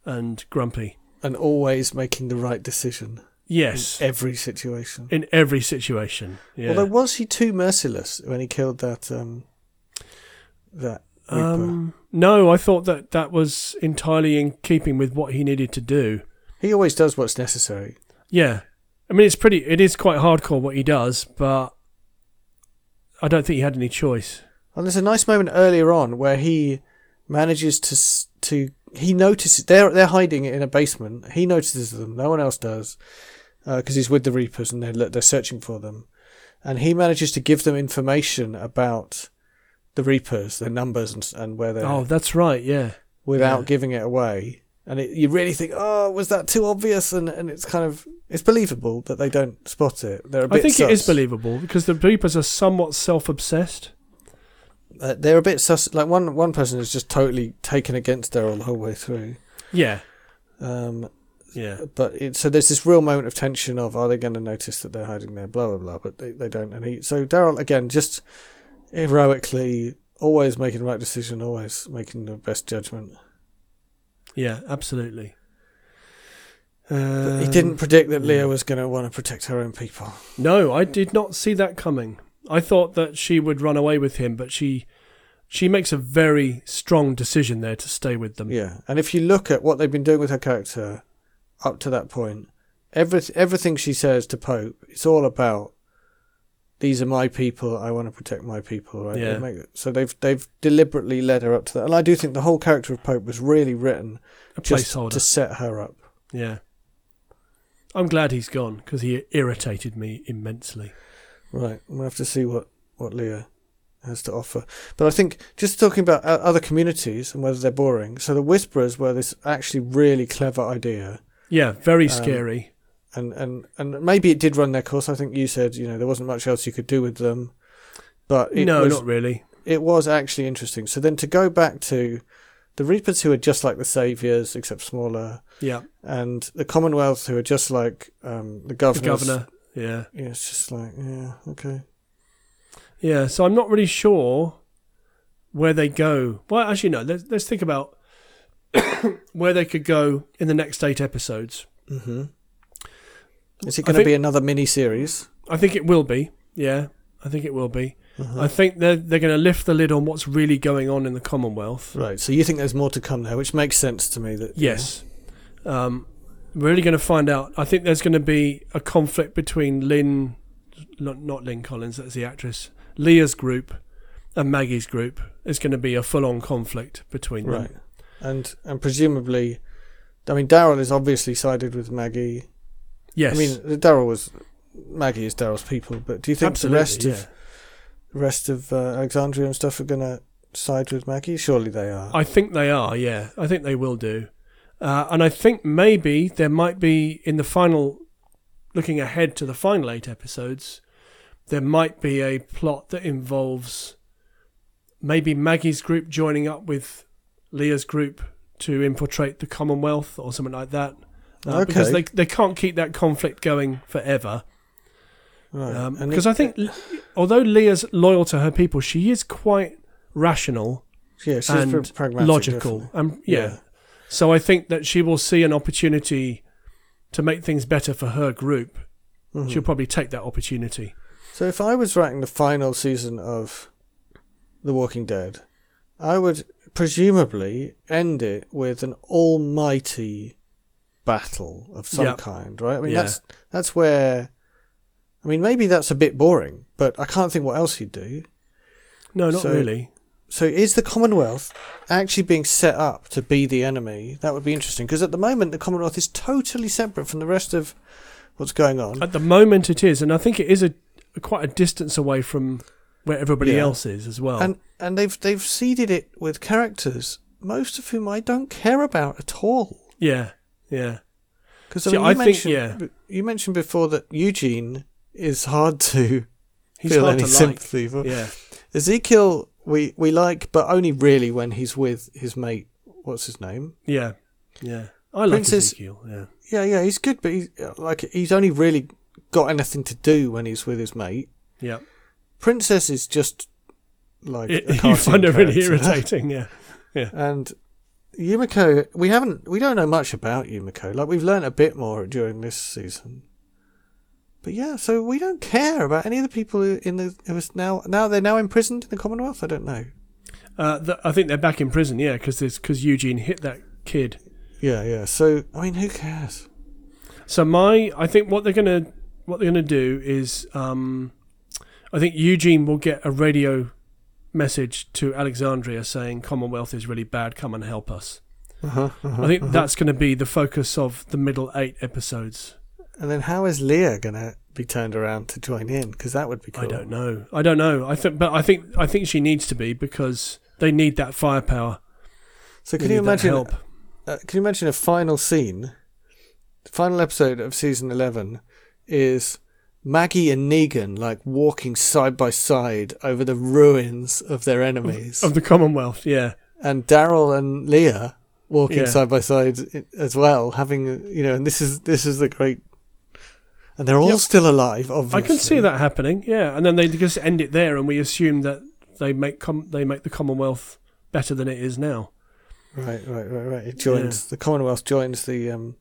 B: and grumpy.
A: and always making the right decision
B: Yes,
A: in every situation.
B: in every situation. Yeah.
A: Although was he too merciless when he killed that um that Reaper?
B: um, no, I thought that that was entirely in keeping with what he needed to do.
A: he always does what's necessary.
B: Yeah, I mean it's pretty. It is quite hardcore what he does, but I don't think he had any choice.
A: And there's a nice moment earlier on where he manages to s- to he notices they're they're hiding in a basement. He notices them. No one else does because he's with the Reapers and they're look, they're searching for them. And he manages to give them information about the Reapers, their numbers, and, s- and where they're
B: Oh, that's right. Yeah,
A: without
B: Oh, yeah.
A: giving it away. and it, you really think, oh, was that too obvious? And and it's kind of it's believable that they don't spot it. They're a bit
B: I think it is
A: sus.
B: believable because the Reapers are somewhat self-obsessed.
A: Uh, they're a bit sus. Like one one person is just totally taken against Daryl the whole way through.
B: Yeah,
A: Um,
B: yeah,
A: but it, so there's this real moment of tension of are they going to notice that they're hiding there? Blah blah blah. But they, they don't. And he so Daryl again just heroically always making the right decision, always making the best judgment.
B: yeah, absolutely.
A: But he
B: Um,
A: didn't predict that Leah
B: yeah.
A: was going to want to protect her own people.
B: No, I did not see that coming. I thought that she would run away with him, but she she makes a very strong decision there to stay with them.
A: Yeah, and if you look at what they've been doing with her character up to that point, every, everything she says to Pope, it's all about these are my people. I want to protect my people. Right? They
B: Yeah.
A: make- so they've they've deliberately led her up to that, and I do think the whole character of Pope was really written
B: a
A: just to
B: placeholder.
A: set her up.
B: Yeah. I'm glad he's gone because he irritated me immensely.
A: Right, we'll have to see what what Leah has to offer. But I think just talking about o- other communities and whether they're boring. So the Whisperers were this actually really clever idea.
B: Yeah, very
A: Um,
B: scary.
A: and and and maybe it did run their course. I think you said you know there wasn't much else you could do with them, but it
B: No,
A: was
B: not really.
A: it was actually interesting. So then to go back to the Reapers who are just like the Saviors except smaller,
B: Yeah,
A: and the Commonwealth who are just like um, the
B: the
A: governors.
B: governor. Yeah,
A: Yeah, it's just like yeah, okay.
B: yeah. So I'm not really sure where they go. Well, actually, no. Let's let's think about where they could go in the next eight episodes.
A: hmm Is it
B: Mm-hmm. I
A: going to
B: think-
A: be another mini series?
B: I think it will be. Yeah, I think it will be.
A: Uh-huh.
B: I think they're they're going to lift the lid on what's really going on in the Commonwealth.
A: Right. So you think there's more to come there, which makes sense to me. That
B: Yes, um, we're really going to find out. I think there's going to be a conflict between Lynn, not, not Lynn Collins, that's the actress, Leah's group, and Maggie's group. It's going to be a full on conflict between them.
A: Right. And and presumably, I mean Daryl is obviously sided with Maggie.
B: Yes.
A: I mean, Daryl was Maggie is Daryl's people, but do you think
B: Absolutely,
A: the rest
B: yeah.
A: of the rest of uh, Alexandria and stuff are going to side with Maggie? Surely they are.
B: I think they are, yeah. I think they will do. Uh, and I think maybe there might be, in the final, looking ahead to the final eight episodes, there might be a plot that involves maybe Maggie's group joining up with Leah's group to infiltrate the Commonwealth or something like that. Uh, Because they,
A: Okay.
B: they can't keep that conflict going forever.
A: right.
B: Um,
A: Uh, And
B: because
A: it-
B: I think, although Leah's loyal to her people, she is quite rational
A: yeah, she's
B: and
A: pr- pragmatic,
B: logical.
A: definitely.
B: Um, yeah.
A: Yeah.
B: So I think that she will see an opportunity to make things better for her group.
A: Mhm.
B: She'll probably take that opportunity.
A: So if I was writing the final season of The Walking Dead, I would presumably end it with an almighty battle of some
B: Yep.
A: kind, right? I mean,
B: Yeah.
A: that's that's where. I mean, maybe that's a bit boring, but I can't think what else you'd do.
B: No, not
A: So-
B: really.
A: So is the Commonwealth actually being set up to be the enemy? That would be interesting because at the moment the Commonwealth is totally separate from the rest of what's going on.
B: At the moment, it is, and I think it is a quite a distance away from where everybody
A: Yeah.
B: else is as well.
A: And and they've they've seeded it with characters most of whom I don't care about at all.
B: yeah, yeah,
A: Because I,
B: See,
A: mean,
B: I
A: you
B: think-
A: mentioned
B: yeah.
A: b- you mentioned before that Eugene is hard to
B: he's
A: feel
B: hard
A: any
B: to
A: sympathy for.
B: like. Yeah,
A: Ezekiel we we like, but only really when he's with his mate. What's his name?
B: yeah, yeah. I like
A: Princess-
B: Ezekiel. Yeah,
A: Yeah, yeah, he's good, but he's uh, like he's only really got anything to do when he's with his mate.
B: yeah.
A: Princess is just like
B: It-
A: a
B: you
A: cartoon
B: find it really
A: character.
B: irritating. Yeah,
A: And Yumiko, we haven't, we don't know much about Yumiko. Like we've learnt a bit more during this season. But yeah, so we don't care about any of the people who- in the. It was now, now they're now imprisoned in the Commonwealth. I don't know.
B: uh, th- I think they're back in prison. Yeah, because Eugene hit that kid.
A: Yeah, yeah. So I mean, who cares?
B: So my, I think what they're gonna, what they're gonna do is, um, I think Eugene will get a radio message to Alexandria saying Commonwealth is really bad. Come and help us.
A: Uh-huh, uh-huh,
B: I think
A: uh-huh.
B: that's going to be the focus of the middle eight episodes.
A: And then how is Leah gonna be turned around to join in? Because that would be cool.
B: I don't know. I don't know. I think, but I think, I think she needs to be because they need that firepower.
A: So
B: They
A: can you
B: need that
A: imagine
B: help?
A: uh, can you imagine a final scene? The final episode of season 11 is Maggie and Negan like walking side by side over the ruins of their enemies,
B: of the Commonwealth. Yeah,
A: and Daryl and Leah walking
B: Yeah.
A: side by side i- as well, having a- you know, and this is this is the great, and they're all
B: Yep.
A: still alive. Obviously,
B: I can see that happening. Yeah, and then they just end it there, and we assume that they make com- they make the Commonwealth better than it is now.
A: Right, right, right, right. It joins the Commonwealth joins the um,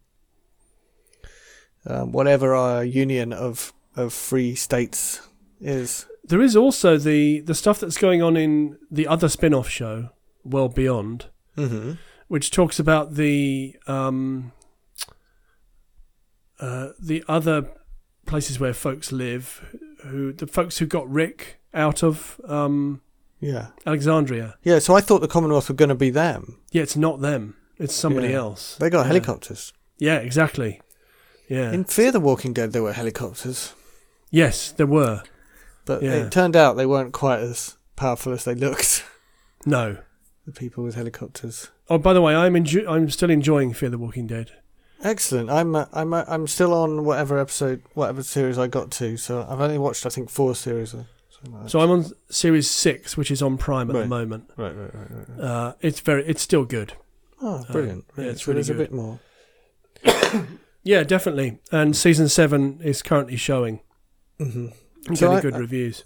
A: um, whatever our union of of free states is.
B: There is also the the stuff that's going on in the other spin-off show, World Beyond,
A: Mm-hmm.
B: which talks about the um, uh, the other places where folks live, who the folks who got Rick out of um,
A: Yeah,
B: Alexandria.
A: yeah. So I thought the Commonwealth were going to be them.
B: Yeah, it's not them; it's somebody
A: Yeah.
B: else.
A: They got
B: Yeah.
A: helicopters.
B: Yeah, exactly. Yeah.
A: In Fear the Walking Dead, there were helicopters,
B: yes, there were.
A: but
B: Yeah.
A: it turned out they weren't quite as powerful as they looked.
B: No.
A: The people with helicopters.
B: Oh, by the way, I'm enjo- I'm still enjoying Fear the Walking Dead.
A: Excellent. I'm uh, I'm uh, I'm still on whatever episode, whatever series I got to. So I've only watched I think four series. Or something like that.
B: So I'm on series six, which is on Prime at the
A: Right.
B: moment.
A: right, right, right, right. right.
B: Uh, it's very, it's still good.
A: Oh, brilliant!
B: Uh, yeah,
A: brilliant.
B: it's
A: So
B: really
A: there's a
B: good.
A: bit more.
B: Yeah, definitely. And season seven is currently showing. Mm-hmm.
A: hmm
B: I'm
A: So
B: getting
A: I-
B: good
A: I-
B: reviews.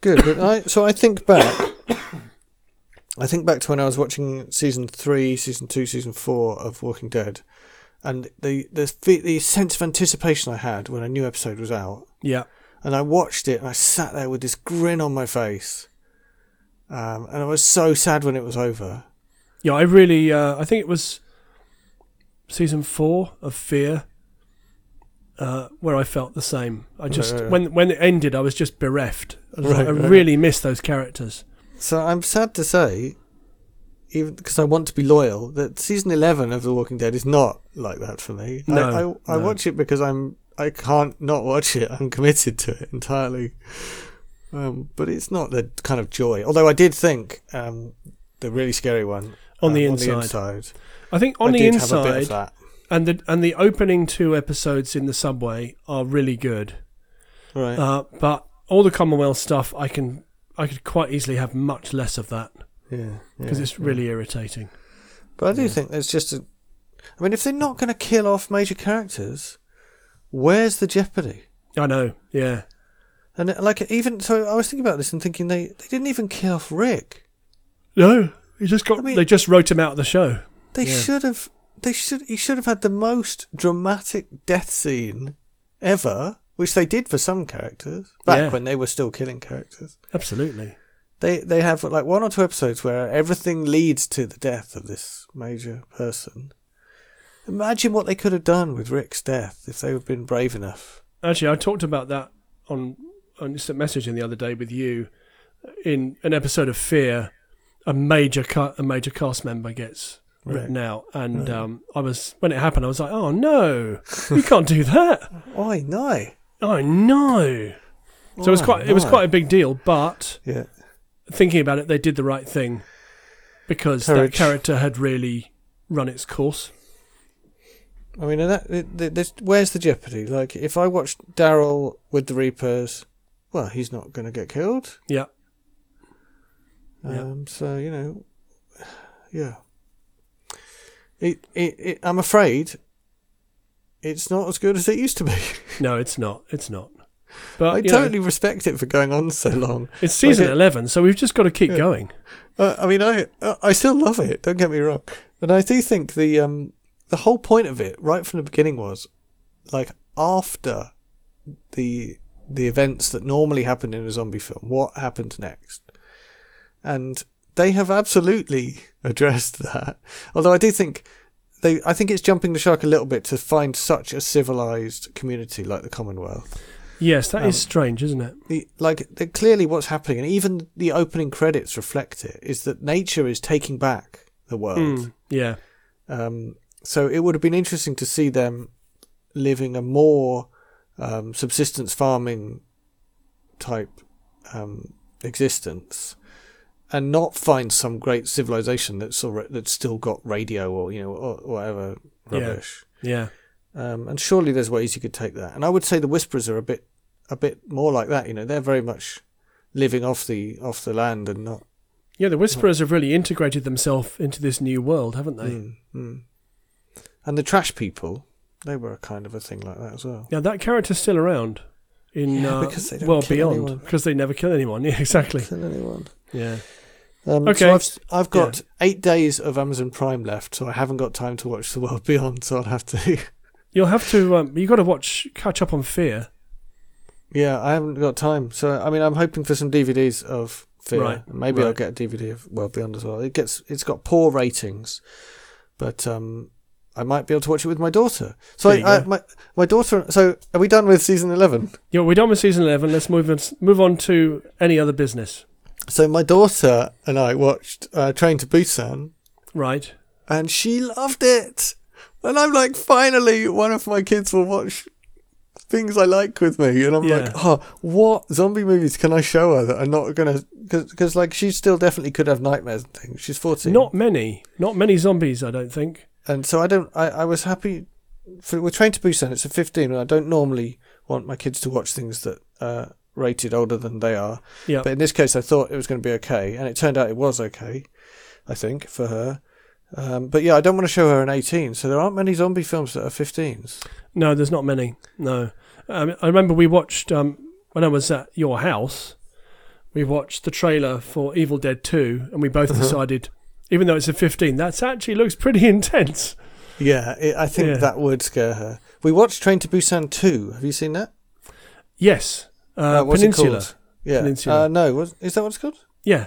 A: Good. But I, so I think back. I think back to when I was watching season three, season two, season four of Walking Dead, and the the fe- the sense of anticipation I had when a new episode was out,
B: Yeah,
A: and I watched it, and I sat there with this grin on my face, um, and I was so sad when it was over.
B: yeah. I really, uh, I think it was season four of Fear, uh, where I felt the same. I just
A: right, right.
B: when when it ended, I was just bereft. I, was like,
A: Right,
B: I
A: right.
B: really miss those characters.
A: So I'm sad to say, even because I want to be loyal, that season eleven of The Walking Dead is not like that for me. I-
B: No,
A: I, I,
B: no.
A: watch it because I'm I can't not watch it. I'm committed to it entirely. Um, but it's not the kind of joy. Although I did think um, the really scary one
B: On the
A: um,
B: inside.
A: inside.
B: I think
A: I
B: on the
A: did have a bit of
B: inside,
A: that.
B: and the and the opening two episodes in the subway are really good.
A: Right.
B: Uh, but all the Commonwealth stuff, I can I could quite easily have much less of that
A: yeah.
B: because
A: yeah,
B: it's
A: yeah.
B: really irritating.
A: But I do
B: Yeah.
A: think there's just a. I mean, if they're not going to kill off major characters, where's the jeopardy?
B: I know. Yeah.
A: And uh, like even so, I was thinking about this and thinking they, they didn't even kill off Rick.
B: No, he just got.
A: I mean-
B: they just wrote him out of the show.
A: They
B: Yeah.
A: should have. They should. He should have had the most dramatic death scene ever, which they did for some characters back
B: Yeah.
A: when they were still killing characters.
B: Absolutely.
A: They they have like one or two episodes where everything leads to the death of this major person. Imagine what they could have done with Rick's death if they had been brave enough.
B: Actually, I talked about that on on instant messaging the other day with you in an episode of Fear. A major ca- a major cast member gets written out, and um, I was when it happened, I was like, "Oh no, you can't do that."
A: Oi, no.
B: Oh no! So it was
A: Oh,
B: quite it was
A: no.
B: quite a big deal, but
A: Yeah.
B: thinking about it, they did the right thing because
A: Courage.
B: that character had really run its course.
A: I mean, and that th- th- this, where's the jeopardy? Like, if I watched Daryl with the Reapers, well, he's not going to get killed.
B: Yeah, Yeah.
A: Um, So you know, yeah. It, it, it, I'm afraid it's not as good as it used to be.
B: no, it's not. It's not. But
A: I
B: you know,
A: totally respect it for going on so long.
B: it's season
A: like it-
B: eleven, so we've just got to keep
A: Yeah.
B: going.
A: Uh, I mean, I I still love it. Don't get me wrong, and I do think the um the whole point of it, right from the beginning, was like after the the events that normally happen in a zombie film, what happened next, and they have absolutely addressed that. Although I do think they, I think it's jumping the shark a little bit to find such a civilized community like the Commonwealth
B: Yes, that is
A: Um,
B: strange, isn't it?
A: the like the, clearly what's happening and even the opening credits reflect it is that nature is taking back the world
B: Mm, yeah,
A: um, so it would have been interesting to see them living a more um, subsistence farming type um, existence and not find some great civilization that's already, that's still got radio or you know or, or whatever
B: Yeah.
A: rubbish.
B: Yeah.
A: Um, and surely there's ways you could take that. And I would say the Whisperers are a bit a bit more like that. You know, they're very much living off the off the land and not.
B: Yeah, the Whisperers have really integrated themselves into this new world, haven't they?
A: Mm, mm. And the Trash People, they were a kind of a thing like that as well.
B: Now that character's still around in
A: Yeah,
B: uh,
A: because they don't
B: well
A: kill
B: beyond
A: anyone.
B: because they never kill anyone. Yeah, exactly.
A: Kill anyone.
B: Yeah.
A: Um,
B: Okay.
A: So I've, s- I've got eight days of Amazon Prime left, so I haven't got time to watch The World Beyond, so I'll have to.
B: You'll have to. Um, you got to watch, catch up on Fear.
A: yeah, I haven't got time. So, I mean, I'm hoping for some DVDs of Fear.
B: Right,
A: Maybe I'll
B: right.
A: get a DVD of World Beyond as well. It gets, it's got poor ratings, but um, I might be able to watch it with my daughter. So,
B: There you
A: I, I,
B: go.
A: my, my daughter. So, are we done with season 11?
B: Yeah, we're done with season eleven. Let's move on, move on to any other business.
A: So, my daughter and I watched uh, Train to Busan,
B: Right.
A: and she loved it. And I'm like, finally, one of my kids will watch things I like with me. And I'm
B: Yeah.
A: like, oh, what zombie movies can I show her that are not going to? Because like she still definitely could have nightmares and things. She's 14,
B: Not many. Not many zombies. I don't think.
A: and so I don't. I, I was happy. For, we're trained to Busan. It's a 15, and I don't normally want my kids to watch things that are rated older than they are.
B: Yeah.
A: But in this case, I thought it was going to be okay, and it turned out it was okay, I think, for her. Um, but yeah, I don't want to show her an 18, so there aren't many zombie films that are 15s.
B: No, there's not many. No. Um, I remember we watched um, when I was at your house. We watched the trailer for Evil Dead Two, and we both
A: Uh-huh.
B: decided, even though it's a fifteen, that actually looks pretty intense.
A: Yeah, it, I think
B: Yeah.
A: that would scare her. We watched Train to Busan 2. Have you seen that?
B: Yes. Uh,
A: what's it
B: Peninsula.
A: called? Yeah.
B: Peninsula.
A: Uh, no, was, is that what it's called?
B: Yeah.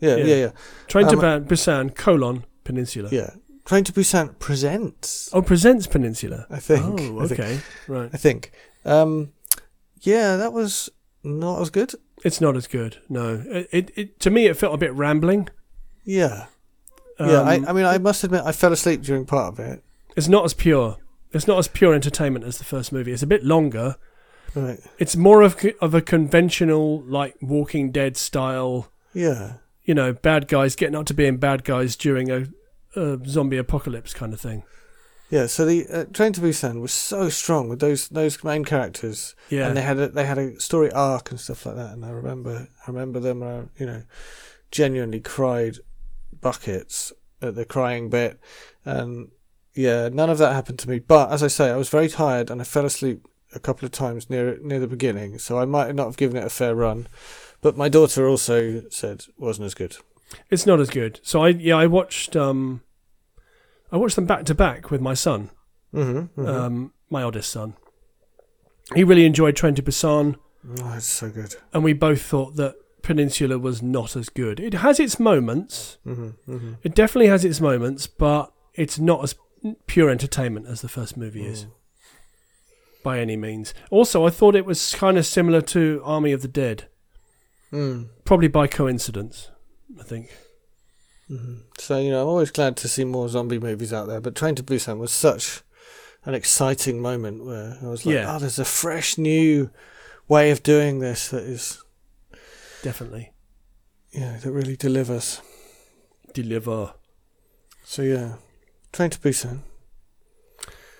A: Yeah,
B: Yeah.
A: yeah, yeah.
B: Train to
A: Um,
B: Ban- Busan, colon, Peninsula.
A: Yeah. Train to Busan presents,
B: Oh, presents Peninsula.
A: I think.
B: Oh,
A: I think.
B: okay. Right.
A: I think. Um, yeah, that was not as good.
B: It's not as good. No. It, it, it to me it felt a bit rambling.
A: Yeah.
B: Um,
A: yeah, I, I mean, I must admit, I fell asleep during part of it.
B: it's not as pure. It's not as pure entertainment as the first movie. It's a bit longer.
A: Right.
B: It's more of co- of a conventional like Walking Dead style,
A: Yeah.
B: you know, bad guys getting up to being bad guys during a, a zombie apocalypse kind of thing.
A: Yeah, so the uh, Train to Busan was so strong with those those main characters,
B: Yeah.
A: and they had a, they had a story arc and stuff like that. And I remember I remember them, and I you know genuinely cried buckets at the crying bit, and yeah, none of that happened to me. But as I say, I was very tired and I fell asleep a couple of times near near the beginning, so I might not have given it a fair run. But my daughter also said wasn't as good.
B: It's not as good. So I yeah, I watched um I watched them back to back with my son.
A: Mm-hmm,
B: um, my oldest son. He really enjoyed Train to Busan,
A: oh, it's so good.
B: and we both thought that Peninsula was not as good. It has its moments.
A: hmm hmm
B: It definitely has its moments, but it's not as pure entertainment as the first movie is, by any means. Also, I thought it was kind of similar to Army of the Dead,
A: Mm.
B: probably by coincidence. I think.
A: So you know, I'm always glad to see more zombie movies out there. But Train to Busan was such an exciting moment where I was like,
B: Yeah.
A: "Oh, there's a fresh new way of doing this that is,
B: Definitely
A: you know, that really delivers."
B: deliver.
A: So yeah, Train to Busan.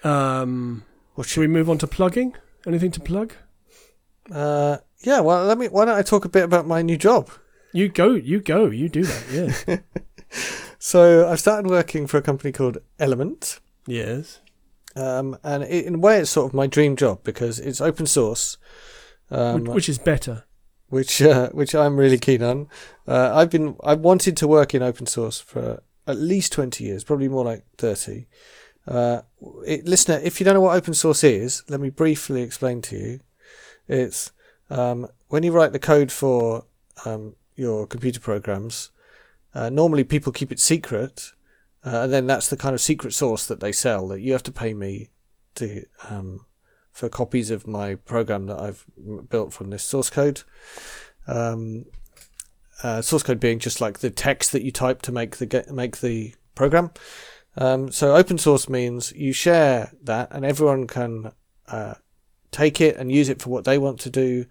B: Um,
A: Watch
B: should we move on to plugging? Anything to plug?
A: Uh, yeah. Well, let me. Why don't I talk a bit about my new job?
B: You go. You go. You do that. Yeah.
A: So I've started working for a company called Element.
B: yes.
A: Um, and it, in a way, it's sort of my dream job because it's open source. Um,
B: Which- which is better.
A: which uh, which I'm really keen on. Uh, I've been I wanted to work in open source for at least twenty years, probably more like thirty. Uh, it, listener, if you don't know what open source is, let me briefly explain to you. It's um, when you write the code for um, your computer programs. Uh, normally, people keep it secret, uh, and then that's the kind of secret source that they sell. That you have to pay me to um, for copies of my program that I've m- built from this source code um, uh, source code being just like the text that you type to make the ge- make the program. Um, so open source means you share that, and everyone can uh, take it and use it for what they want to do.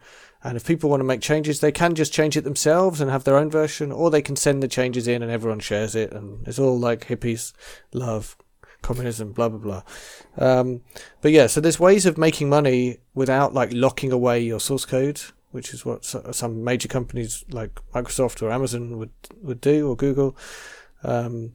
A: And if people want to make changes, they can just change it themselves and have their own version, or they can send the changes in and everyone shares it. And it's all like hippies love communism, blah blah blah. Um, but yeah, so there's ways of making money without like locking away your source code, which is what so- some major companies like Microsoft or Amazon would would do, or Google. Um,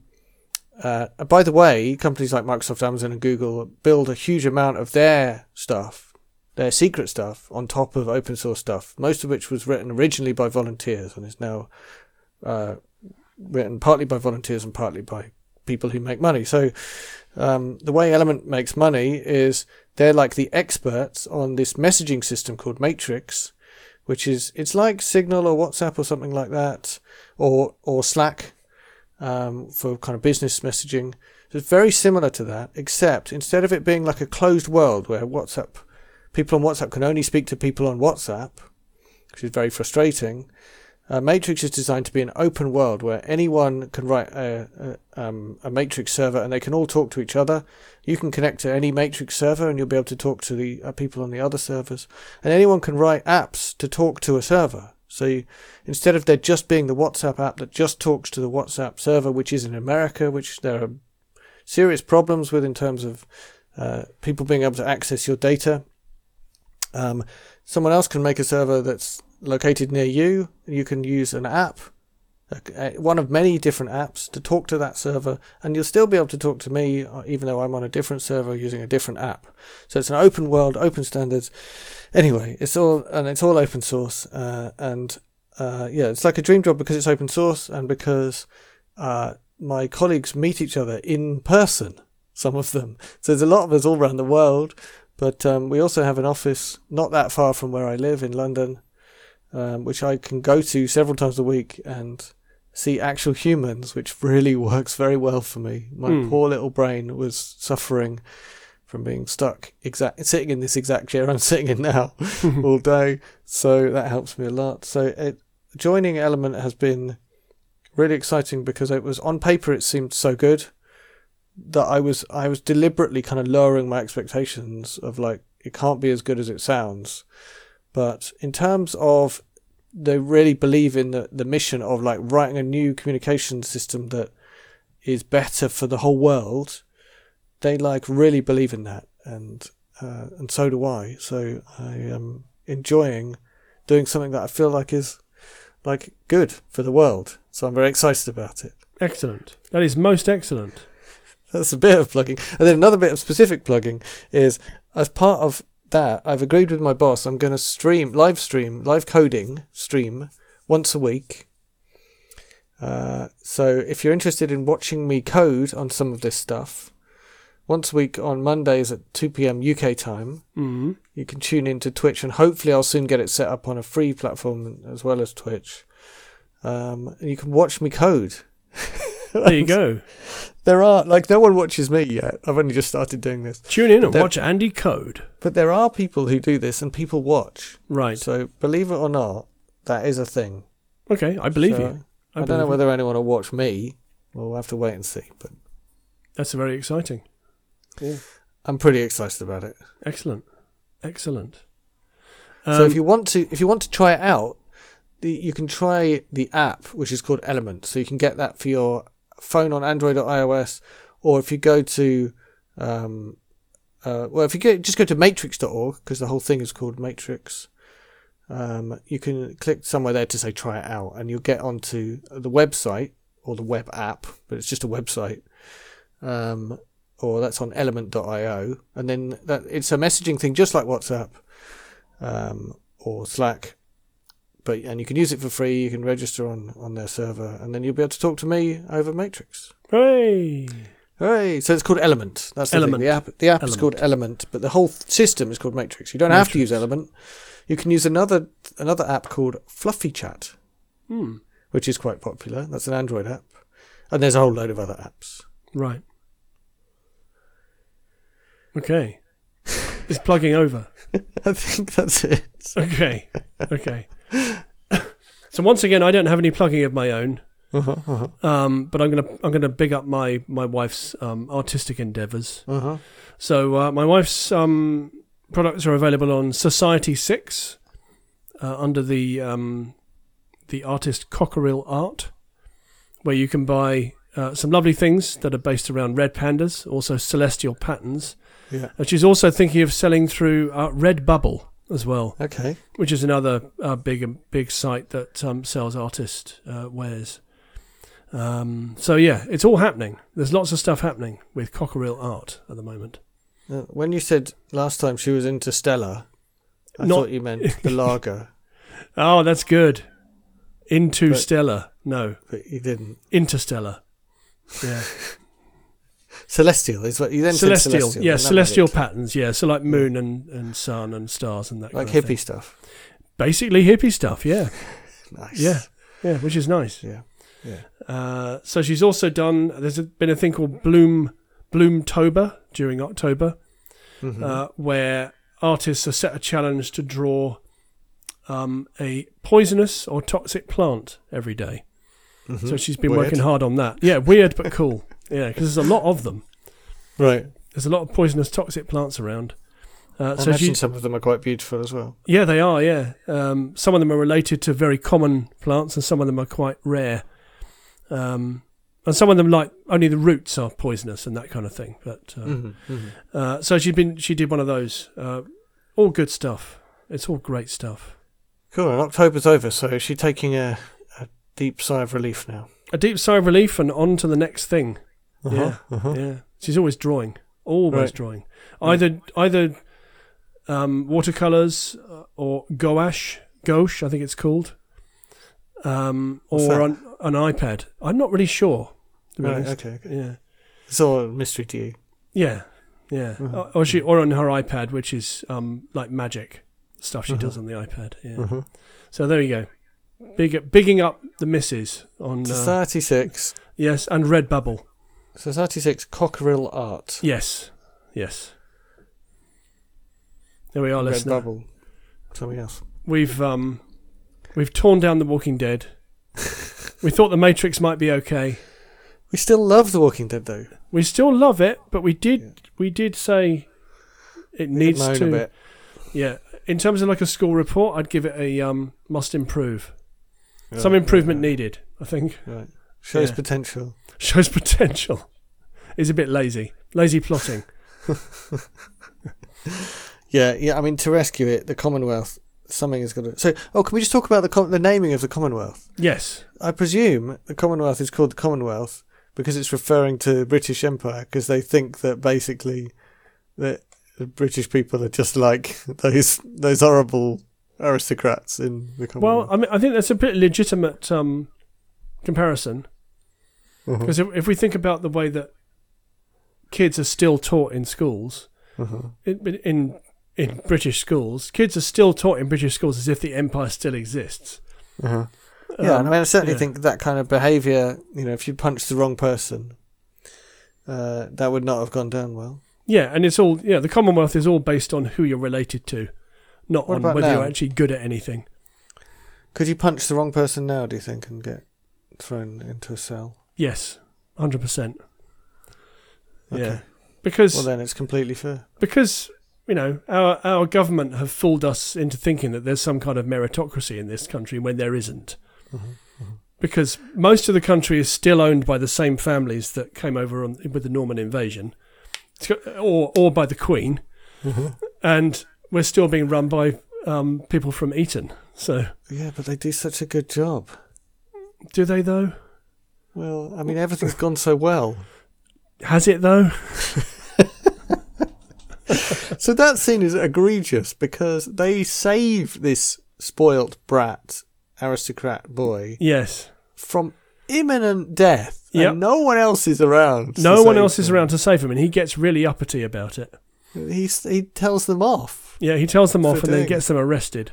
A: uh, and by the way, companies like Microsoft, Amazon, and Google build a huge amount of their stuff, their secret stuff, on top of open source stuff. Most of which was written originally by volunteers and is now uh, written partly by volunteers and partly by people who make money. So um, the way Element makes money is they're like the experts on this messaging system called Matrix, which is it's like Signal or WhatsApp or something like that, or or Slack um, for kind of business messaging. So it's very similar to that, except instead of it being like a closed world where WhatsApp people on WhatsApp can only speak to people on WhatsApp, which is very frustrating. Uh, matrix is designed to be an open world where anyone can write a, a, um, a matrix server and they can all talk to each other. You can connect to any matrix server and you'll be able to talk to the uh, people on the other servers. And anyone can write apps to talk to a server. So you, instead of there just being the WhatsApp app that just talks to the WhatsApp server, which is in America, which there are serious problems with in terms of uh, people being able to access your data. Um, someone else can make a server that's located near you. You can use an app, uh, one of many different apps, to talk to that server, and you'll still be able to talk to me, uh, even though I'm on a different server using a different app. So it's an open world, open standards. Anyway, it's all and it's all open source, uh, and uh, yeah, it's like a dream job because it's open source and because uh, my colleagues meet each other in person. Some of them. So there's a lot of us all around the world. But um, we also have an office not that far from where I live in London, um, which I can go to several times a week and see actual humans, which really works very well for me. My
B: Hmm.
A: poor little brain was suffering from being stuck exact sitting in this exact chair I'm sitting in now all day, so that helps me a lot. So it, joining Element has been really exciting because it was on paper it seemed so good that I was I was deliberately kind of lowering my expectations of like it can't be as good as it sounds but in terms of they really believe in the, the mission of like writing a new communication system that is better for the whole world they like really believe in that and uh, and so do i so i am enjoying doing something that i feel like is like good for the world so i'm very excited about it
B: Excellent. That is most excellent.
A: that's a bit of plugging. And then another bit of specific plugging is as part of that, I've agreed with my boss I'm going to stream, live stream, live coding stream once a week. Uh, so if you're interested in watching me code on some of this stuff, once a week on Mondays at 2 p.m. UK time,
B: Mm.
A: you can tune into Twitch, and hopefully, I'll soon get it set up on a free platform as well as Twitch. Um, and you can watch me code.
B: There you go.
A: There are like no one watches me yet. I've only just started doing this,
B: Tune in and
A: That-
B: watch Andy Code.
A: but there are people who do this and people watch.
B: Right.
A: So believe it or not, that is a thing.
B: Okay, I believe
A: So,
B: you.
A: I, don't know
B: believe you.
A: whether anyone will watch me. We'll have to wait and see. But
B: That's very exciting.
A: I'm pretty excited about it.
B: Excellent. Excellent.
A: so
B: Um,
A: if you want to, if you want to try it out, the, you can try the app which is called Element. So you can get that for your phone on Android or iOS, or if you go to, um, uh, well, if you go, just go to matrix.org because the whole thing is called Matrix. Um, you can click somewhere there to say try it out, and you'll get onto the website or the web app, but it's just a website. Um, or that's on element.io, and then that it's a messaging thing just like WhatsApp um, or Slack. But and you can use it for free. You can register on on their server, and then you'll be able to talk to me over Matrix.
B: hey.
A: Hey, so it's called Element. That's the
B: Element.
A: Thing. The app. The app is
B: Element.
A: called Element, but the whole th- system is called Matrix. You don't have to use Element. You can use another another app called Fluffy Chat,
B: Hmm.
A: which is quite popular. That's an Android app, and there's a whole load of other apps.
B: Right. Okay. it's plugging over.
A: I think that's it.
B: Okay. Okay. so once again, I don't have any plugging of my own,
A: Uh-huh, uh-huh,
B: um, but I'm gonna I'm gonna big up my my wife's um, artistic endeavours.
A: uh-huh.
B: So uh, my wife's um, products are available on Society Six uh, under the um, the artist Cockerill Art, where you can buy uh, some lovely things that are based around red pandas, also celestial patterns.
A: Yeah.
B: And she's also thinking of selling through uh, Redbubble as well,
A: Okay.
B: which is another uh, big big site that um, sells artist uh, wares. Um, so yeah, it's all happening. There's lots of stuff happening with Cockerill Art at the moment.
A: Uh, When you said last time she was into Stella, I
B: Not-
A: thought you meant the lager,
B: Oh, that's good. Into
A: But-
B: Stella. No,
A: but you didn't.
B: Interstellar. Yeah.
A: Celestial is what you then
B: celestial.
A: said. Celestial.
B: Yeah,
A: and that made
B: celestial
A: it
B: patterns. Yeah, so like moon and, and sun and stars and that
A: Like
B: kind of
A: hippie
B: thing.
A: stuff.
B: Basically hippie stuff. Yeah.
A: Nice.
B: Yeah. Yeah, which is nice.
A: Yeah. Yeah.
B: Uh, so she's also done. There's a, been a thing called Bloom Bloomtober during October,
A: Mhm.
B: uh, where artists are set a challenge to draw um, a poisonous or toxic plant every day.
A: Mhm.
B: So she's been
A: Weird.
B: working hard on that. Yeah, weird but cool. Yeah, because there's a lot of them.
A: right.
B: There's a lot of poisonous, toxic plants around. Uh,
A: I
B: so
A: Oh, imagine
B: she,
A: some of them are quite beautiful as well.
B: yeah, they are. Yeah, um, some of them are related to very common plants, and some of them are quite rare. Um, and some of them, like only the roots, are poisonous and that kind of thing. But uh,
A: Mhm. Mhm.
B: uh, so she's been. She did one of those. Uh, all good stuff. It's all great stuff.
A: Cool. And October's over, so is she taking a, a deep sigh of relief now?
B: A deep sigh of relief, and on to the next thing. Yeah.
A: Uh-huh.
B: Yeah, she's always drawing, always
A: Right.
B: drawing. Either either um, watercolors uh, or gouache, gouache, I think it's called, um,
A: What's that?
B: or on an iPad. I'm not really sure. To be
A: uh-huh. Right,
B: honest.
A: okay, okay.
B: Yeah,
A: It's all a mystery to you.
B: yeah, yeah. Uh,
A: Mhm.
B: Or- Or she or on her iPad, which is um, like magic stuff she
A: Mhm.
B: does on the iPad. Yeah.
A: Mhm.
B: So there you go. Big, bigging up the misses on uh,
A: Society 6.
B: yes and Redbubble
A: Society 6 Cockerill Art.
B: yes yes there we are
A: Red
B: listener
A: Bubble. Something else.
B: we've um, we've torn down The Walking Dead. we thought The Matrix might be okay.
A: We still love The Walking Dead though.
B: We still love it, but we did
A: Yeah.
B: we did say it
A: We
B: needs
A: moan
B: to.
A: a bit.
B: Yeah, in terms of like a school report, I'd give it a um, must improve. Some
A: Right,
B: improvement
A: right,
B: needed, I think.
A: right, right. Shows
B: Yeah.
A: potential.
B: Shows potential. Is a bit lazy, lazy plotting.
A: Yeah, yeah. I mean, to rescue it, the Commonwealth, something has got to. So, oh, can we just talk about the com- the naming of the Commonwealth?
B: yes,
A: I presume the Commonwealth is called the Commonwealth because it's referring to British Empire because they think that basically that the British people are just like those those horrible aristocrats in the
B: Well,
A: Commonwealth.
B: I mean, I think that's a pretty legitimate um, comparison
A: Mhm.
B: because if, if we think about the way that kids are still taught in schools,
A: Mhm.
B: in, in in British schools, kids are still taught in British schools as if the empire still exists.
A: Uh-huh. Yeah, and I
B: Um,
A: mean, I certainly
B: yeah.
A: think that kind of behaviour, you know, if you punched the wrong person, uh, that would not have gone down well.
B: yeah, and it's all yeah. The Commonwealth is all based on who you're related to, not
A: What
B: on
A: about
B: whether
A: now?
B: you're actually good at anything.
A: Could you punch the wrong person now, do you think, and get thrown into a cell?
B: Yes, hundred percent. Yeah,
A: Okay.
B: because
A: Well, then it's completely fair.
B: because you know our our government have fooled us into thinking that there's some kind of meritocracy in this country when there isn't. Because most of the country is still owned by the same families that came over on, with the Norman invasion, It's got- or or by the Queen, Mm-hmm. and we're still being run by um, people from Eton. So
A: Yeah, but they do such a good job.
B: do they though?
A: Well, I mean, everything's gone so well.
B: Has it though?
A: So that scene is egregious because they save this spoilt brat, aristocrat boy
B: Yes.
A: from imminent death.
B: Yep.
A: And no one else is around. to
B: No one
A: save
B: else is
A: them.
B: around to save him, and he gets really uppity about it.
A: He he tells them off.
B: Yeah, he tells them
A: For
B: off and then
A: doing
B: gets them arrested.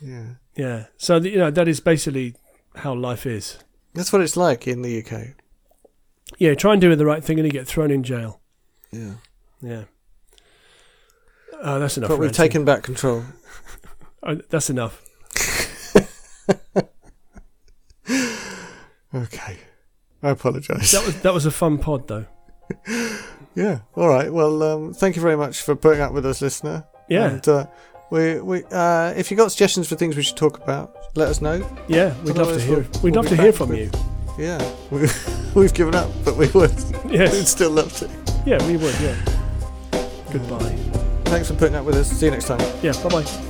A: Yeah,
B: Yeah. So the, you know that is basically how life is.
A: that's what it's like in the UK.
B: Yeah, try and do the right thing and you get thrown in jail.
A: Yeah,
B: Yeah. Uh, that's enough.
A: but we've
B: ranting.
A: taken back control.
B: Oh, that's enough.
A: Okay, I apologise.
B: That was that was a fun pod though.
A: Yeah. All right. Well, um, thank you very much for putting up with us, listener.
B: Yeah,
A: And uh, we we uh, if you got suggestions for things we should talk about, let us know.
B: yeah. We'd love to
A: otherwise
B: hear.
A: we'll-
B: We'd
A: we'll
B: love
A: be
B: to hear
A: back
B: from
A: with-
B: you.
A: Yeah. We, we've given up, but we would we'd
B: Yes.
A: still love to.
B: Yeah, we would. Yeah. Goodbye.
A: Thanks for putting up with us. See you next time.
B: Yeah. Bye bye.